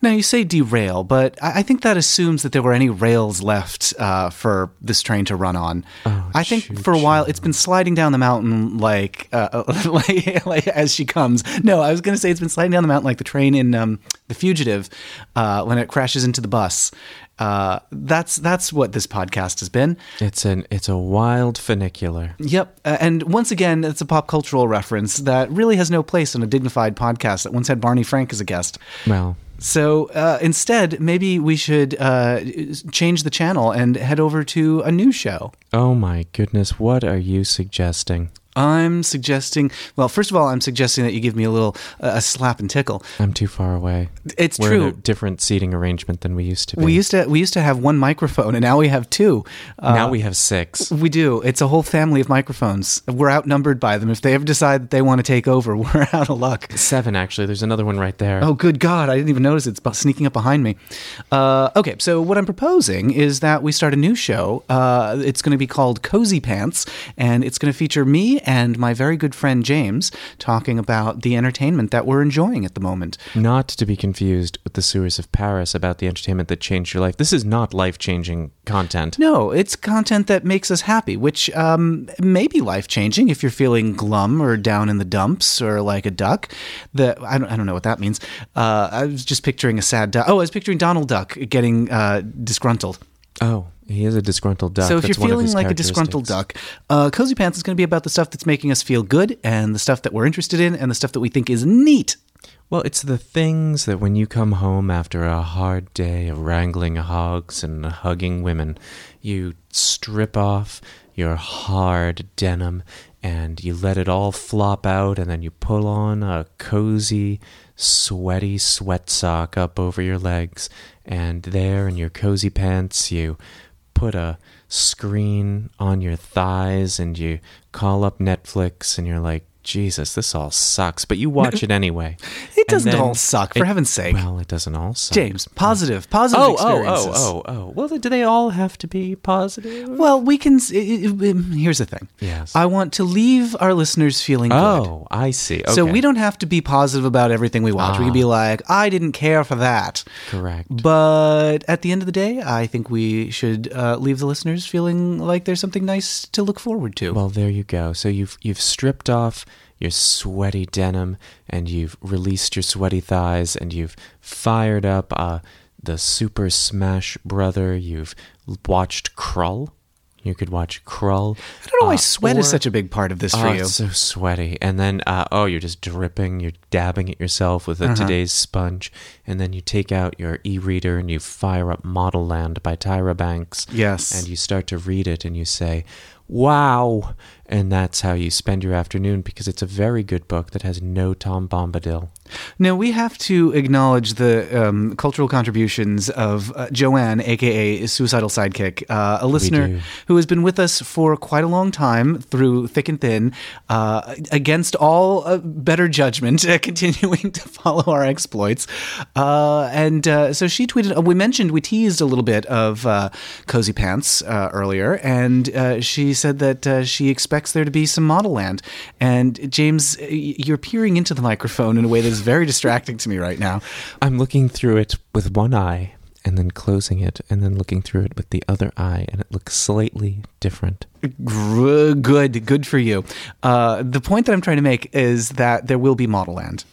A: Now you say derail, but I I think that assumes that there were any rails left uh, for this train to run on.
B: Oh,
A: I think for a while it's been sliding down the mountain like, uh, like, like as she comes. No, I was going to say it's been sliding down the mountain like the train in um, The Fugitive uh, when it crashes into the bus. Uh, that's that's what this podcast has been.
B: It's an it's a wild funicular.
A: Yep. Uh, and once again, it's a pop cultural reference that really has no place in a dignified podcast that once had Barney Frank as a guest.
B: Well,
A: So uh, instead, maybe we should uh, change the channel and head over to a new show.
B: oh my goodness, what are you suggesting?
A: I'm suggesting. Well, first of all, I'm suggesting that you give me a little uh, a slap and tickle.
B: I'm too far away.
A: It's
B: We're in a
A: true.
B: different seating arrangement than we used to be.
A: We used to we used to have one microphone, and now we have two. Uh,
B: now we have six.
A: we do. It's a whole family of microphones. We're outnumbered by them. If they ever decide that they want to take over, we're out of luck.
B: Seven, actually. There's another one right there.
A: Oh, good God. I didn't even notice it's bu- sneaking up behind me. Uh, okay, so what I'm proposing is that we start a new show. Uh, it's going to be called Cozy Pants, and it's going to feature me and my very good friend James talking about the entertainment that we're enjoying at the moment.
B: Not to be confused with the sewers of Paris about the entertainment that changed your life. This is not life changing content.
A: No, it's content that makes us happy, which um, may be life changing if you're feeling glum or down in the dumps or like a duck. The I don't, I don't know what that means. Uh, I was just picturing a sad duck. Oh, I was picturing Donald Duck getting uh, disgruntled.
B: Oh, he is a disgruntled duck.
A: So if
B: That's
A: you're
B: one of
A: feeling
B: his
A: like a disgruntled
B: characteristics.
A: duck, uh, Cozy Pants is going to be about the stuff that's making us feel good and the stuff that we're interested in and the stuff that we think is neat.
B: Well, it's the things that when you come home after a hard day of wrangling hogs and hugging women, you strip off your hard denim and you let it all flop out, and then you pull on a cozy, sweaty sweat sock up over your legs, and there in your cozy pants, you put a screen on your thighs and you call up Netflix and you're like, Jesus, this all sucks, but you watch it anyway.
A: It
B: And
A: doesn't
B: then
A: all suck, for
B: it-
A: heaven's sake.
B: Well, it doesn't all suck.
A: James, positive, positive
B: Oh, oh,
A: experiences.
B: oh, oh, oh. Well, do they all have to be positive?
A: Well, we can. s- i- i- i- Here's the thing.
B: Yes.
A: I want to leave our listeners feeling good.
B: oh, I see.
A: So
B: Okay. Ah.
A: we don't have to be positive about everything we watch. We can be like, I didn't care for that.
B: Correct.
A: But at the end of the day, I think we should uh, leave the listeners feeling like there's something nice to look forward to.
B: Well, there you go. So you've you've stripped off your sweaty denim and you've released your sweaty thighs and you've fired up uh, the Super Smash Brother. You've l- watched Krull. You could watch Krull. Uh,
A: I don't know why
B: Ah,
A: sweat is such a big part of this for
B: Oh,
A: you.
B: it's so sweaty. And then, uh, oh, you're just dripping. You're dabbing at yourself with a
A: Uh-huh.
B: today's sponge. And then you take out your e reader and you fire up Model Land by Tyra Banks.
A: Yes.
B: And you start to read it and you say, wow. And that's how you spend your afternoon because it's a very good book that has no Tom Bombadil.
A: Now we have to acknowledge the um, cultural contributions of uh, Joanne, aka Suicidal Sidekick, uh, a listener
B: do.
A: who has been with us for quite a long time through thick and thin, uh, against all uh, better judgment, uh, continuing to follow our exploits. Uh, and uh, so she tweeted. Uh, we mentioned we teased a little bit of uh, Cozy Pants uh, earlier, and uh, she said that uh, she expects there to be some model land. And James, uh, y- you're peering into the microphone in a way that is very distracting to me right now.
B: I'm looking through it with one eye and then closing it and then looking through it with the other eye and it looks slightly different.
A: Gr- Good, good for you. Uh, the point that I'm trying to make is that there will be model land.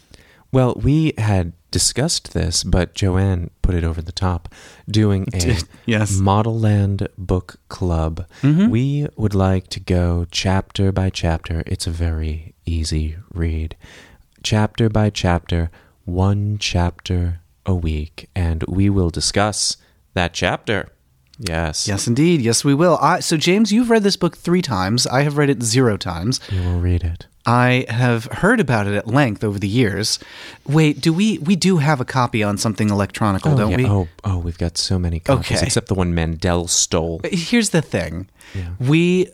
B: Well, we had discussed this, but Joanne put it over the top, doing a
A: Yes. Mm-hmm.
B: Model Land Book Club. We would like to go chapter by chapter. It's a very easy read. Chapter by chapter, one chapter a week, and we will discuss that chapter. Yes.
A: Yes, indeed. Yes, we will. I, so, James, you've read this book three times. I have read it zero times.
B: We will read it.
A: I have heard about it at length over the years. Wait, do we? We do have a copy on something electronical, don't
B: yeah.
A: we?
B: oh, oh, we've got so many copies,
A: Okay.
B: except the one Mandel stole.
A: Here's the thing: we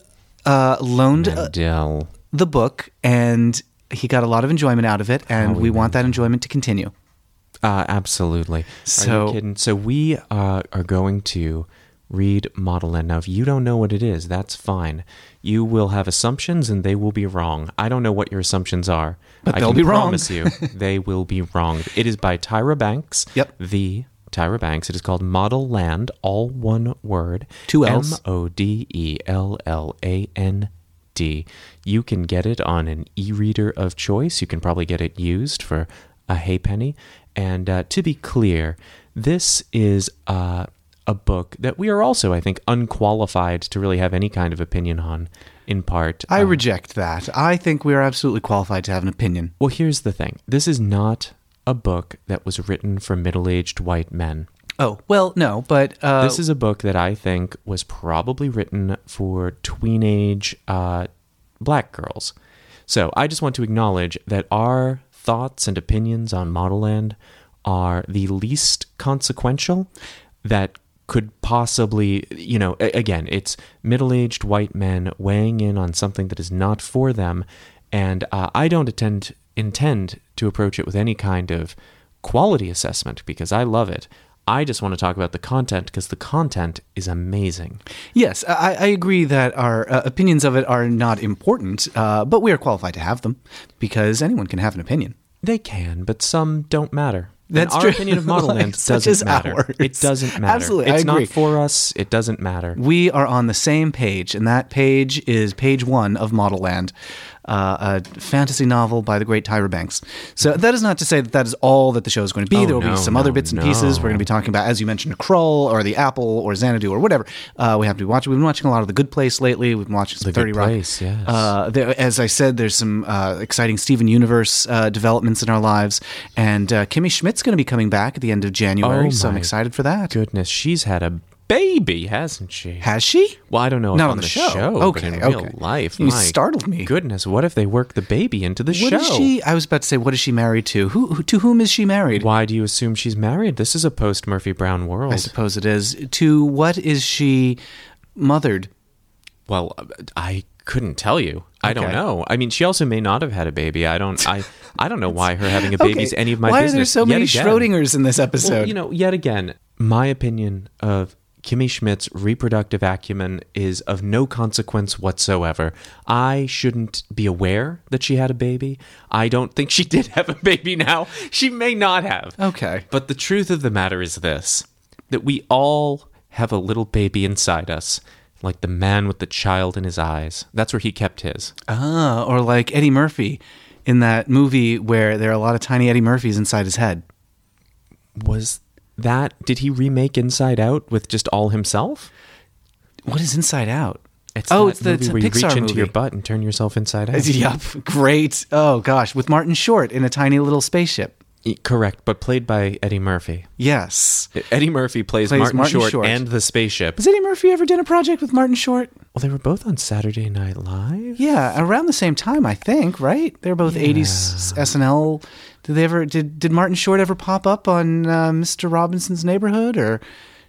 A: uh, loaned uh,
B: Mandel.
A: the book, and he got a lot of enjoyment out of it,
B: Oh,
A: and we want that enjoyment to continue.
B: Uh, absolutely. are
A: So-
B: you kidding? So we uh, are going to read Model N. Now, if you don't know what it is, that's fine. You will have assumptions, and they will be wrong. I don't know what your assumptions are, but I
A: they'll
B: can
A: be wrong.
B: Promise you, they will be wrong. It is by Tyra Banks.
A: Yep.
B: The Tyra Banks. It is called Model Land, all one word.
A: Two Ls.
B: M O D E L L A N D. You can get it on an e reader of choice. You can probably get it used for a halfpenny. And uh, to be clear, this is uh, a book that we are also, I think, unqualified to really have any kind of opinion on, in part.
A: I reject that. I think we are absolutely qualified to have an opinion.
B: Well, here's the thing this is not a book that was written for middle aged white men.
A: Oh well, no, but uh,
B: This is a book that I think was probably written for tweenage uh, black girls. So I just want to acknowledge that our thoughts and opinions on Model Land are the least consequential that could possibly, you know, a- again, it's middle aged white men weighing in on something that is not for them. And uh, I don't attend, intend to approach it with any kind of quality assessment because I love it. I just want to talk about the content because the content is amazing.
A: Yes, I, I agree that our uh, opinions of it are not important, uh, but we are qualified to have them because anyone can have an opinion.
B: They can, but some don't matter. And
A: That's
B: our
A: true.
B: opinion of Model
A: Like,
B: Land
A: such
B: doesn't
A: is
B: matter.
A: ours.
B: It doesn't matter.
A: Absolutely, I
B: it's
A: agree.
B: not for us. It doesn't matter.
A: We are on the same page, and that page is page one of Model Land, uh, a fantasy novel by the great Tyra Banks. So that is not to say that that is all that the show is going to be.
B: Oh,
A: there will
B: no,
A: be some other
B: no,
A: bits and pieces.
B: no.
A: We're going to be talking about, as you mentioned, Krull or the Apple or Xanadu or whatever. Uh, we have to be watching. We've been watching a lot of The Good Place lately. We've been watching some
B: The Good
A: Thirty Rock.
B: Place, yes.
A: Uh, there, as I said, there's some uh, exciting Steven Universe uh, developments in our lives, and uh, Kimmy Schmidt's going to be coming back at the end of January.
B: Oh,
A: so I'm
B: my
A: excited for that.
B: Goodness, she's had a baby, hasn't she?
A: Has she?
B: well, I don't know. if
A: Not
B: on,
A: on the show.
B: but in
A: Okay,
B: real
A: okay.
B: life,
A: You
B: my
A: startled me.
B: Goodness, what if they work the baby into the
A: What
B: show?
A: is she? I was about to say, what is she married to? Who, who to whom is she married?
B: Why do you assume she's married? This is a post Murphy Brown world.
A: I suppose it is. To what is she mothered?
B: Well, I couldn't tell you. I don't
A: Okay.
B: know. I mean, she also may not have had a baby. I don't. I. I don't know why her having a baby is any of my
A: Why
B: business.
A: are there so
B: Yet
A: many
B: again-
A: Schrodingers in this episode?
B: Well, you know, yet again, my opinion of Kimmy Schmidt's reproductive acumen is of no consequence whatsoever. I shouldn't be aware that she had a baby. I don't think she did have a baby now. She may not have.
A: Okay.
B: But the truth of the matter is this that we all have a little baby inside us, like the man with the child in his eyes. That's where he kept his.
A: ah, or like Eddie Murphy in that movie where there are a lot of tiny Eddie Murphys inside his head.
B: Was that, did he remake Inside Out with just all himself?
A: What is Inside Out?
B: It's
A: oh,
B: that
A: it's the, it's
B: movie
A: a
B: where you
A: Pixar
B: reach into
A: movie.
B: your butt and turn yourself inside out.
A: Yup, great. Oh gosh, with Martin Short in a tiny little spaceship.
B: E- Correct, but played by Eddie Murphy.
A: Yes.
B: E, Eddie Murphy plays,
A: Plays
B: Martin,
A: Martin
B: Short,
A: Short.
B: and the spaceship.
A: Has Eddie Murphy ever done a project with Martin Short?
B: Well, they were both on Saturday Night Live.
A: Yeah, around the same time, I think. Right? They're both '80s SNL. Did they ever? Did did Martin Short ever pop up on uh, Mr. Robinson's Neighborhood, or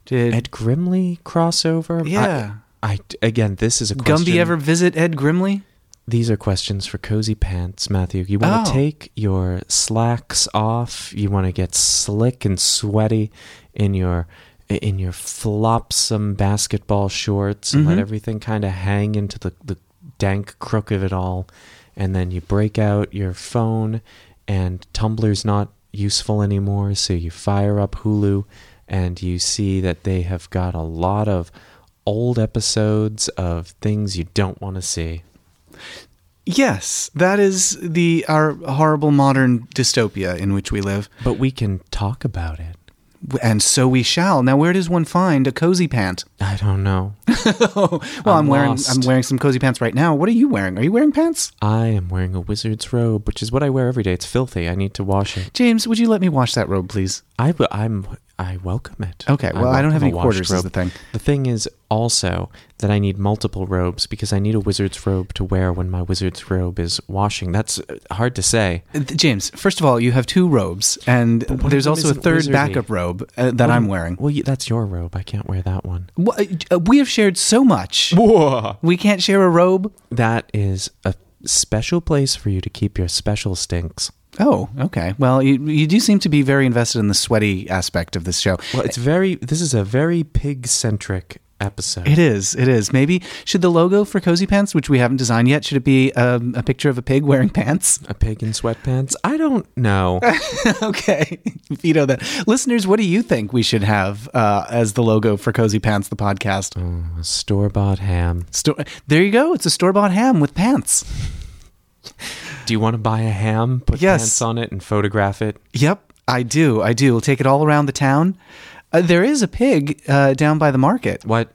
A: did
B: Ed Grimley crossover. I-
A: Yeah.
B: I, again, this is a question.
A: Gumby ever visit Ed Grimley?
B: These are questions for cozy pants, Matthew. You want to
A: Oh.
B: take your slacks off. You want to get slick and sweaty in your in your flopsome basketball shorts and let everything kind of hang into the the dank crook of it all. And then you break out your phone, and Tumblr's not useful anymore. So you fire up Hulu, and you see that they have got a lot of old episodes of things you don't want to see.
A: Yes, that is the our horrible modern dystopia in which we live,
B: But we can talk about it.
A: and so we shall. Now, where does one find a cozy pant?
B: I don't know.
A: Well, I'm,
B: I'm
A: wearing
B: lost.
A: I'm wearing some cozy pants right now. What are you wearing? Are you wearing pants?
B: I am wearing a wizard's robe, which is what I wear every day. It's filthy. I need to wash it.
A: James, would you let me wash that robe, please?
B: I, am I welcome it.
A: Okay, well, I don't
B: welcome
A: have
B: a
A: any
B: washed
A: quarters is
B: robe.
A: the thing.
B: The thing is also that I need multiple robes because I need a wizard's robe to wear when my wizard's robe is washing. That's uh, hard to say.
A: Uh, James, first of all, you have two robes, and
B: one of
A: there's
B: them
A: also a
B: isn't
A: third
B: wizardy.
A: backup robe uh, that I'm wearing.
B: Well, you, that's your robe. I can't wear that one.
A: Wha- uh, We have shared so much. We can't share a robe.
B: That is a special place for you to keep your special stinks.
A: Oh, okay. Well, you, you do seem to be very invested in the sweaty aspect of this show.
B: Well, it's very. This is a very pig-centric episode.
A: It is. It is. Maybe should the logo for Cozy Pants, which we haven't designed yet, should it be um, a picture of a pig wearing pants?
B: A pig in sweatpants? I don't know.
A: okay, veto that. Listeners, what do you think we should have uh, as the logo for Cozy Pants, the podcast?
B: Oh, A store bought ham.
A: Sto- there you go. It's a store bought ham with pants.
B: Do you want to buy a ham, put
A: Yes.
B: pants on it, and photograph it?
A: Yep, I do. I do. We'll take it all around the town. Uh, there is a pig uh, down by the market,
B: What?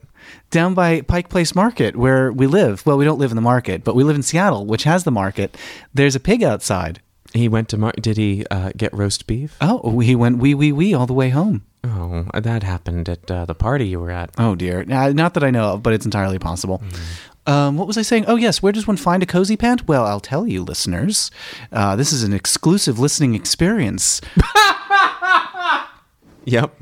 A: down by Pike Place Market, where we live. Well, we don't live in the market, but we live in Seattle, which has the market. There's a pig outside.
B: He went to Mar- Did he uh, get roast beef?
A: Oh, he went wee wee wee all the way home.
B: Oh, that happened at uh, the party you were at.
A: Oh dear. Nah, Not that I know of, but it's entirely possible. Um, what was I saying? Oh, yes. Where does one find a cozy pant? Well, I'll tell you, listeners. Uh, this is an exclusive listening experience.
B: Yep.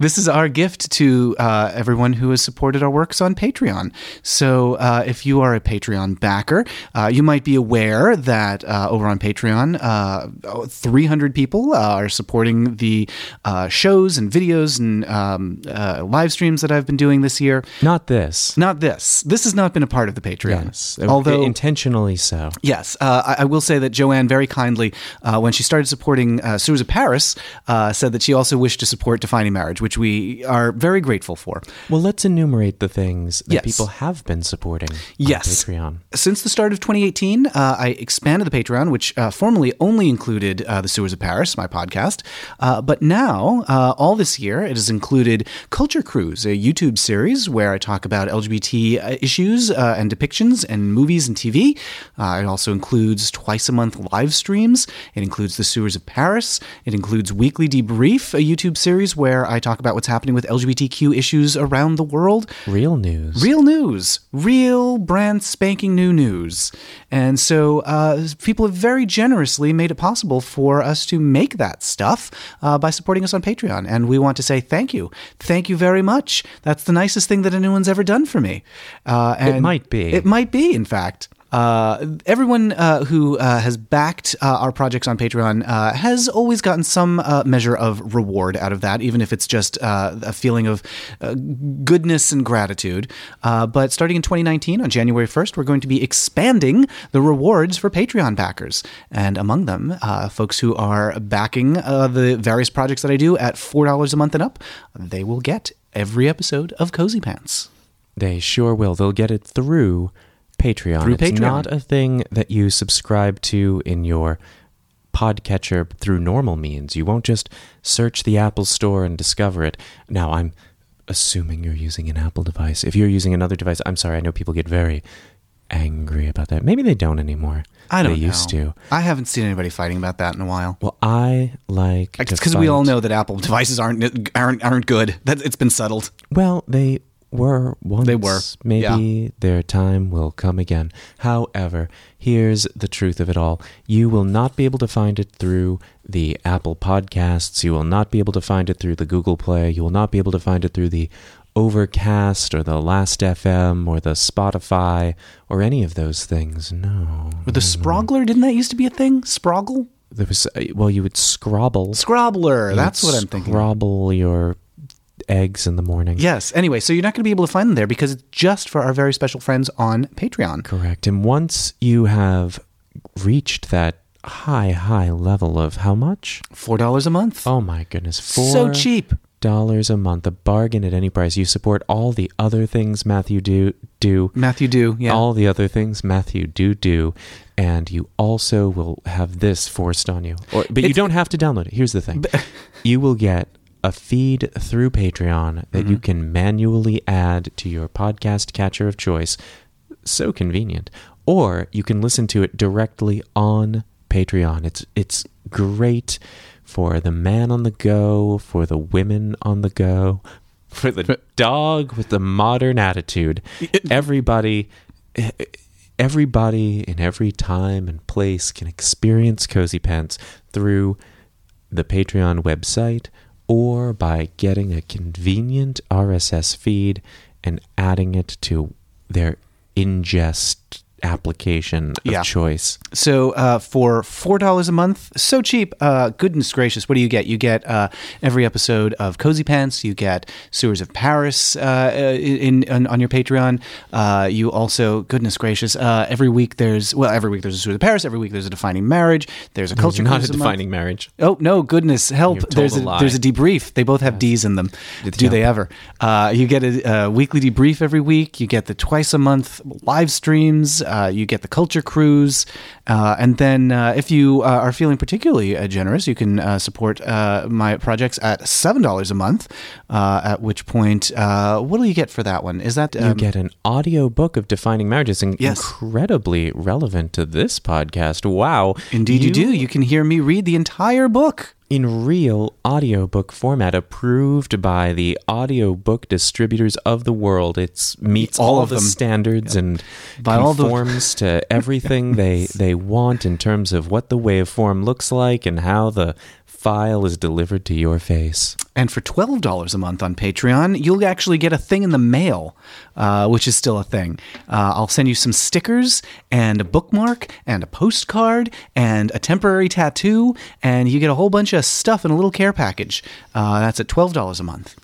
A: This is our gift to uh, everyone who has supported our works on Patreon. So, uh, if you are a Patreon backer, uh, you might be aware that uh, over on Patreon, uh, 300 people uh, are supporting the uh, shows and videos and um, uh, live streams that I've been doing this year.
B: Not this.
A: Not this. This has not been a part of the Patreon.
B: Yes. Uh,
A: Although
B: intentionally so.
A: Yes, uh, I, I will say that Joanne very kindly, uh, when she started supporting uh, Suze of Paris, uh, said that she also wished to support Defining Marriage, which we are very grateful for.
B: Well, let's enumerate the things that
A: Yes.
B: people have been supporting on
A: Yes.
B: Patreon.
A: Since the start of 2018, uh, I expanded the Patreon, which uh, formerly only included uh, The Sewers of Paris, my podcast. Uh, but now, uh, all this year, it has included Culture Cruise, a YouTube series where I talk about LGBT uh, issues uh, and depictions and movies and TV. Uh, it also includes twice a month live streams. It includes The Sewers of Paris. It includes Weekly Debrief, a YouTube series where I talk about what's happening with LGBTQ issues around the world.
B: Real news.
A: Real news, real brand spanking new news. And so uh, people have very generously made it possible for us to make that stuff uh, by supporting us on Patreon. And we want to say thank you. Thank you very much. That's the nicest thing that anyone's ever done for me. Uh, and
B: might be.
A: It might be, in fact. Uh, everyone uh, who uh, has backed uh, our projects on Patreon uh, has always gotten some uh, measure of reward out of that, even if it's just uh, a feeling of uh, goodness and gratitude. Uh, but starting in 2019, on January 1st, we're going to be expanding the rewards for Patreon backers. And among them, uh, folks who are backing uh, the various projects that I do at $4 a month and up, they will get every episode of Cozy Pants.
B: They sure will. They'll get it through Patreon.
A: Through
B: it's
A: Patreon.
B: not a thing that you subscribe to in your podcatcher through normal means. You won't just search the Apple store and discover it. Now, I'm assuming you're using an Apple device. If you're using another device, I'm sorry, I know people get very angry about that. Maybe they don't anymore.
A: I don't
B: They
A: know.
B: used to.
A: I haven't seen anybody fighting about that in a while.
B: Well, I like to
A: It's because we all
B: fight-
A: know that Apple devices aren't aren't aren't good. That it's been settled.
B: Well, they were once.
A: They were,
B: Maybe their time will come again. However, here's the truth of it all. You will not be able to find it through the Apple Podcasts. You will not be able to find it through the Google Play. You will not be able to find it through the Overcast or the Last FM or the Spotify or any of those things. No.
A: With the Sprogler, didn't that used to be a thing? Sproggle,
B: There was, uh, well, you would scrabble.
A: Scrobbler.
B: You
A: that's
B: would
A: what I'm thinking.
B: Scrabble your eggs in the morning.
A: Yes. Anyway, so you're not going to be able to find them there because it's just for our very special friends on Patreon.
B: Correct. And once you have reached that high, high level of how much?
A: Four dollars a month.
B: Oh my goodness. Four
A: so cheap.
B: dollars a month. A bargain at any price. You support all the other things Matthew do do.
A: Matthew, do yeah.
B: All the other things Matthew do do. And you also will have this forced on you. Or, but you
A: It's-
B: don't have to download it. Here's the thing. you will get a feed through Patreon that
A: Mm-hmm.
B: you can manually add to your podcast catcher of choice. So convenient. Or you can listen to it directly on Patreon. It's it's great for the man on the go, for the women on the go, for the dog with the modern attitude. Everybody everybody in every time and place can experience Cozy Pants through the Patreon website or by getting a convenient RSS feed and adding it to their ingest application of
A: Yeah.
B: choice.
A: So uh, for four dollars a month, so cheap. Uh, goodness gracious, what do you get? You get uh, every episode of Cozy Pants. You get Sewers of Paris uh, in, in on your Patreon. Uh, you also, goodness gracious, uh, every week there's well, every week there's a Sewers of Paris. Every week there's a defining marriage. There's a culture.
B: Not
A: Cruise
B: a
A: month.
B: defining marriage.
A: Oh no! Goodness, help!
B: You've told
A: There's
B: a
A: a,
B: lie.
A: there's a debrief. They both have D's in them. Do they ever? Uh, you get a, a weekly debrief every week. You get the twice a month live streams. Uh, you get the culture cruise, uh, and then uh, if you uh, are feeling particularly uh, generous, you can uh, support uh, my projects at seven dollars a month. Uh, at which point, uh, what do you get for that one? Is that
B: You
A: um,
B: get an audio book of defining marriages and
A: Yes.
B: incredibly relevant to this podcast. Wow.
A: indeed you do? You can hear me read the entire book.
B: in real audiobook format approved by the audiobook distributors of the world. It meets all,
A: All of
B: the
A: them.
B: standards and
A: By all the-
B: conforms to everything they they want in terms of what the waveform looks like and how the file is delivered to your face.
A: And for twelve dollars a month on Patreon, you'll actually get a thing in the mail, uh, which is still a thing. Uh, I'll send you some stickers and a bookmark and a postcard and a temporary tattoo, and you get a whole bunch of stuff in a little care package. Uh, that's at twelve dollars a month.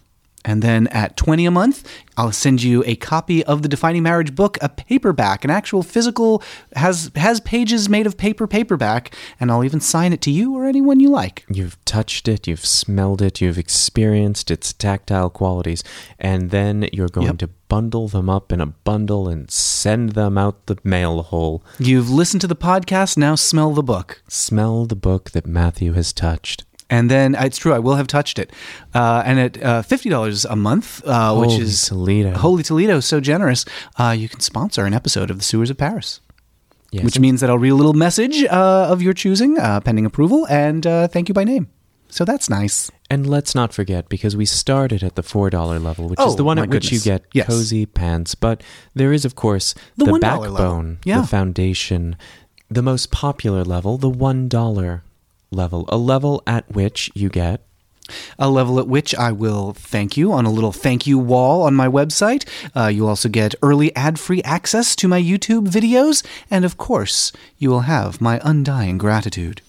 A: And then at 20 a month, I'll send you a copy of the Defining Marriage book, a paperback, an actual physical has has pages made of paper paperback, and I'll even sign it to you or anyone you like.
B: You've touched it, you've smelled it, you've experienced its tactile qualities, and then you're going
A: Yep.
B: to bundle them up in a bundle and send them out the mail hole.
A: You've listened to the podcast, now smell the book.
B: Smell the book that Matthew has touched.
A: And then uh, it's true, I will have touched it. Uh, and at uh, $50 a month, uh, which
B: Holy
A: is
B: Oh, Toledo.
A: Holy Toledo, so generous, uh, you can sponsor an episode of The Sewers of Paris.
B: Yes.
A: Which means that I'll read a little message uh, of your choosing, uh, pending approval, and uh, thank you by name. So that's nice.
B: and let's not forget, because we started at the $4 level, which
A: Oh,
B: is the one
A: my
B: at which
A: goodness.
B: you get
A: Yes.
B: cozy pants, but there is, of course,
A: The
B: the,
A: $1 level.
B: backbone,
A: Yeah.
B: the foundation, the most popular level, the $1 level, a level at which you get
A: a level at which I will thank you on a little thank you wall on my website. Uh, you'll also get early ad free access to my YouTube videos, and of course, you will have my undying gratitude.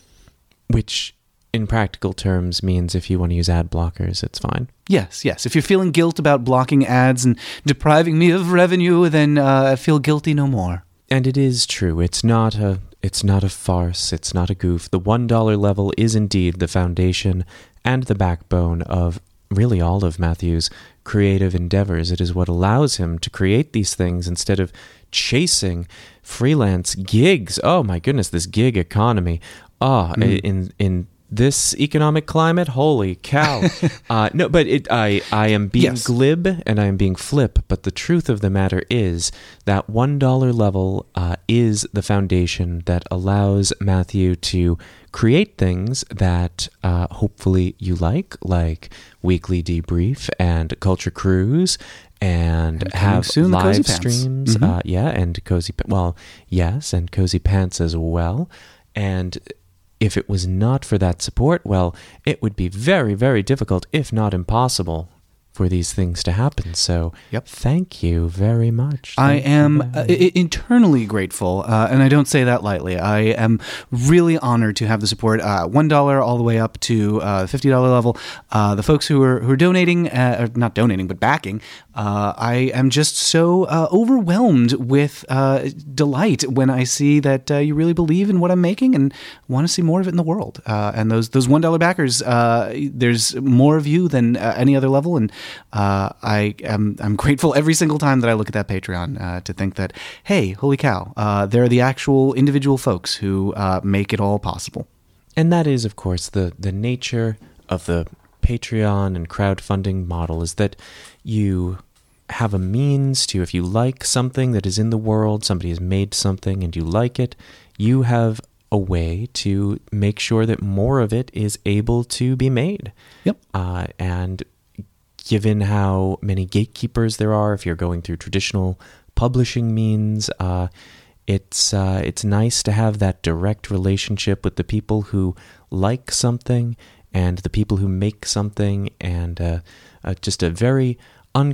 B: which in practical terms means if you want to use ad blockers, it's fine.
A: Yes, yes. If you're feeling guilt about blocking ads and depriving me of revenue, then uh, feel guilty no more.
B: And it is true. It's not a it's not a farce. It's not a goof. The $1 level is indeed the foundation and the backbone of really all of Matthew's creative endeavors. It is what allows him to create these things instead of chasing freelance gigs. Oh my goodness, this gig economy. Ah, in in this economic climate, holy cow! uh, no, but it, I I am being
A: Yes.
B: glib and I am being flip, but the truth of the matter is that one dollar level uh, is the foundation that allows Matthew to create things that uh, hopefully you like, like weekly debrief and culture cruise. And, have
A: soon, the Cozy
B: live
A: Pants. Mm-hmm.
B: streams, uh, yeah, and cozy. Pa- well, yes, and cozy pants as well. And if it was not for that support, well, it would be very, very difficult, if not impossible, for these things to happen. So,
A: Yep.
B: thank you very much.
A: I
B: Thank you
A: am uh,
B: very much.
A: I- internally grateful, uh, and I don't say that lightly. I am really honored to have the support, uh, one dollar all the way up to uh, fifty dollar level. Uh, the folks who are who are donating, uh, or not donating, but backing. Uh, I am just so uh, overwhelmed with uh, delight when I see that uh, you really believe in what I'm making and want to see more of it in the world. Uh, and those those one dollar backers, uh, there's more of you than uh, any other level, and uh, I am I'm grateful every single time that I look at that Patreon uh, to think that hey, holy cow, uh, there are the actual individual folks who uh, make it all possible.
B: And that is, of course, the, the nature of the Patreon and crowdfunding model is that you have a means to, if you like something that is in the world, somebody has made something and you like it, you have a way to make sure that more of it is able to be made.
A: Yep.
B: Uh, and given how many gatekeepers there are, if you're going through traditional publishing means, uh, it's uh, it's nice to have that direct relationship with the people who like something and the people who make something, and uh, uh, just a very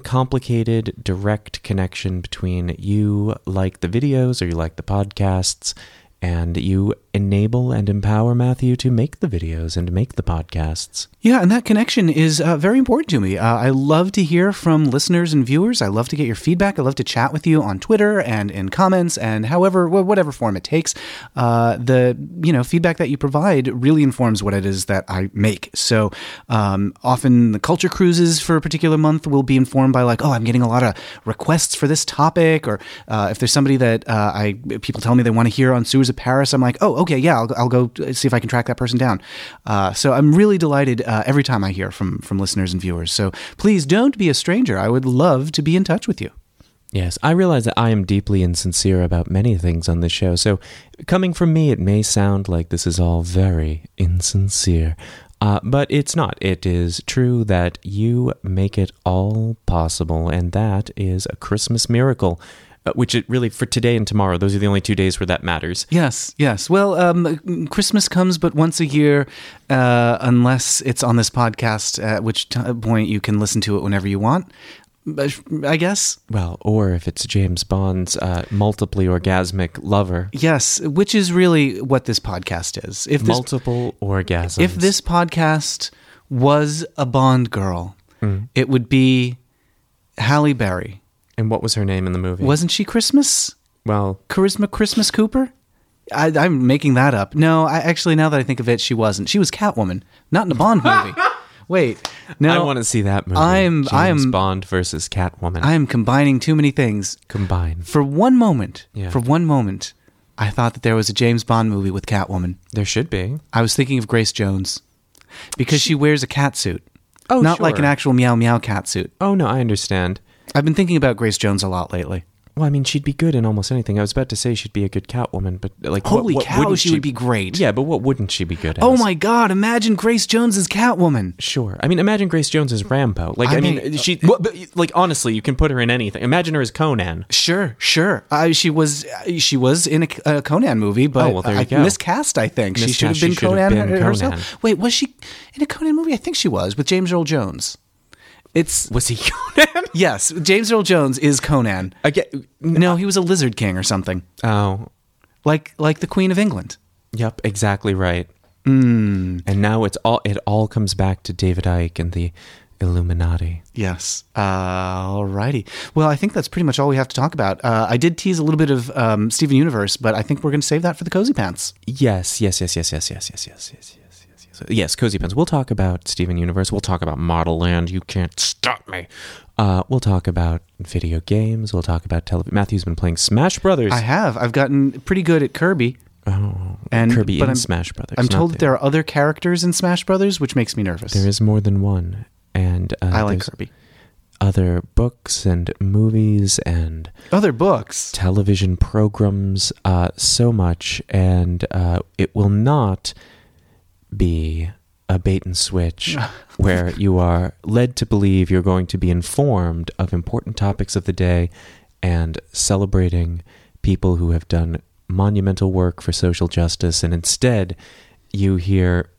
B: uncomplicated, direct connection between you like the videos or you like the podcasts. And you enable and empower Matthew to make the videos and to make the podcasts.
A: Yeah, and that connection is uh, very important to me. Uh, I love to hear from listeners and viewers. I love to get your feedback. I love to chat with you on Twitter and in comments and however, wh- whatever form it takes. Uh, the you know feedback that you provide really informs what it is that I make. So um, often the culture cruises for a particular month will be informed by like, oh, I'm getting a lot of requests for this topic, or uh, if there's somebody that uh, I people tell me they want to hear on Sewers of Paris, I'm like, oh, okay, yeah, I'll, I'll go see if I can track that person down. Uh, so I'm really delighted uh, every time I hear from from listeners and viewers. So please don't be a stranger. I would love to be in touch with you.
B: Yes, I realize that I am deeply insincere about many things on this show, so coming from me, it may sound like this is all very insincere. Uh, but it's not. It is true that you make it all possible, and that is a Christmas miracle. uh, Which it really for today and tomorrow; those are the only two days where that matters.
A: Yes, yes. Well, um, Christmas comes but once a year, uh, unless it's on this podcast, at which t- point you can listen to it whenever you want, I I guess.
B: Well, or if it's James Bond's uh, multiply orgasmic lover,
A: Yes, which is really what this podcast is. If this,
B: multiple orgasms.
A: if this podcast was a Bond girl,
B: Mm-hmm.
A: it would be Halle Berry.
B: and what was her name in the movie?
A: Wasn't she Christmas?
B: well,
A: Charisma Christmas Cooper? I, I'm making that up. No, I actually now that I think of it, she wasn't. She was Catwoman, not in a Bond movie. Wait, no,
B: I want to see that movie.
A: I'm-
B: James
A: I'm-
B: Bond versus Catwoman.
A: I am combining too many things.
B: Combine.
A: For one moment,
B: Yeah.
A: for one moment, I thought that there was a James Bond movie with Catwoman.
B: There should be.
A: I was thinking of Grace Jones because she, wears a cat suit.
B: Oh,
A: not like
B: sure.
A: an actual meow meow cat suit.
B: Oh no, I understand.
A: I've been thinking about Grace Jones a lot lately.
B: Well, I mean, she'd be good in almost anything. I was about to say she'd be a good Catwoman, but like, what-
A: Holy
B: what
A: cow,
B: wouldn't
A: she would be great.
B: Yeah, but what wouldn't she be good at?
A: Oh my god, imagine Grace Jones as Catwoman.
B: Sure. I mean, imagine Grace Jones as Rambo. Like, I,
A: I
B: mean,
A: mean- uh,
B: she. Well, but, like, honestly, you can put her in anything. Imagine her as Conan.
A: Sure, sure. Uh, she was uh, she was in a, a Conan movie, but
B: Oh, well, there you
A: I-
B: go.
A: miscast. I think she
B: Miscast,
A: should have
B: she
A: been
B: should
A: Conan
B: have been
A: her- herself.
B: Conan.
A: Wait, was she in a Conan movie? I think she was with James Earl Jones. It's
B: Was he Conan?
A: yes, James Earl Jones is Conan.
B: Again.
A: No, he was a lizard king or something
B: Oh,
A: like like the Queen of England.
B: Yep, exactly right.
A: Hmm.
B: Mm. And now it's all it all comes back to David Icke and the Illuminati.
A: Yes. Uh, alrighty. Well, I think that's pretty much all we have to talk about. Uh, I did tease a little bit of um, Steven Universe, but I think we're going to save that for the cozy pants.
B: Yes, yes, yes, yes, yes, yes, yes, yes, yes, yes, yes, yes. Yes, Cozy Pens. We'll talk about Steven Universe. We'll talk about Model Land. You can't stop me. Uh, we'll talk about video games. We'll talk about television. Matthew's been playing Smash Brothers.
A: I have. I've gotten pretty good at Kirby.
B: oh,
A: and-
B: Kirby
A: but
B: in
A: I'm-
B: Smash Brothers.
A: I'm
B: not
A: told
B: the-
A: that there are other characters in Smash Brothers, which makes me nervous.
B: there is more than one. And uh,
A: I like
B: there's
A: Kirby.
B: other books and movies and
A: Other books.
B: television programs uh, so much, and uh, it will not be a bait and switch where you are led to believe you're going to be informed of important topics of the day and celebrating people who have done monumental work for social justice, and instead you hear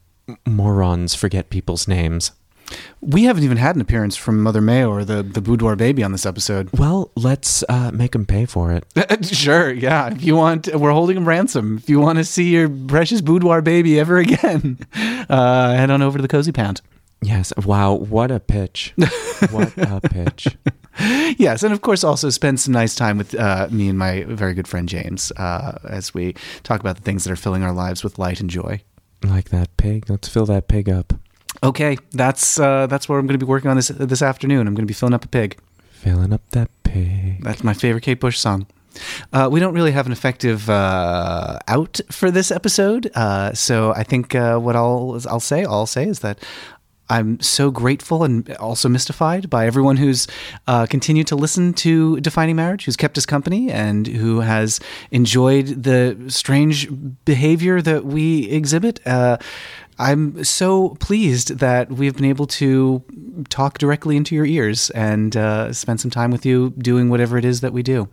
B: morons forget people's names.
A: We haven't even had an appearance from Mother May or the, the Boudoir Baby on this episode.
B: Well, let's uh, make them pay for it.
A: sure, yeah. If you want, we're holding them ransom. If you want to see your precious Boudoir Baby ever again, uh, head on over to the Cozy Pant.
B: Yes. Wow. What a pitch. what a pitch.
A: Yes, and of course, also spend some nice time with uh, me and my very good friend James uh, as we talk about the things that are filling our lives with light and joy.
B: Like that pig. Let's fill that pig up.
A: Okay, that's uh, that's what I'm going to be working on this this afternoon. I'm going to be filling up a pig.
B: Filling up that pig.
A: That's my favorite Kate Bush song. Uh, we don't really have an effective uh, out for this episode, uh, so I think uh, what I'll I'll say all I'll say is that I'm so grateful and also mystified by everyone who's uh, continued to listen to Defining Marriage, who's kept us company, and who has enjoyed the strange behavior that we exhibit. Uh, I'm so pleased that we've been able to talk directly into your ears and uh, spend some time with you doing whatever it is that we do.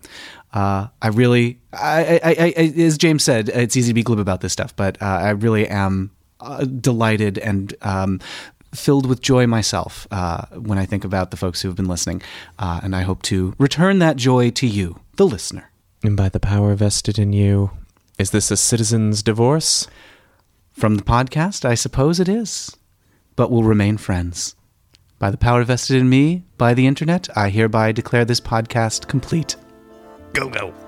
A: Uh, I really, I, I, I, I, as James said, it's easy to be glib about this stuff, but uh, I really am uh, delighted and um, filled with joy myself uh, when I think about the folks who have been listening. Uh, and I hope to return that joy to you, the listener.
B: And by the power vested in you, is this a citizen's divorce?
A: From the podcast, I suppose it is, but we'll remain friends. By the power vested in me by the internet, I hereby declare this podcast complete.
C: Go, go.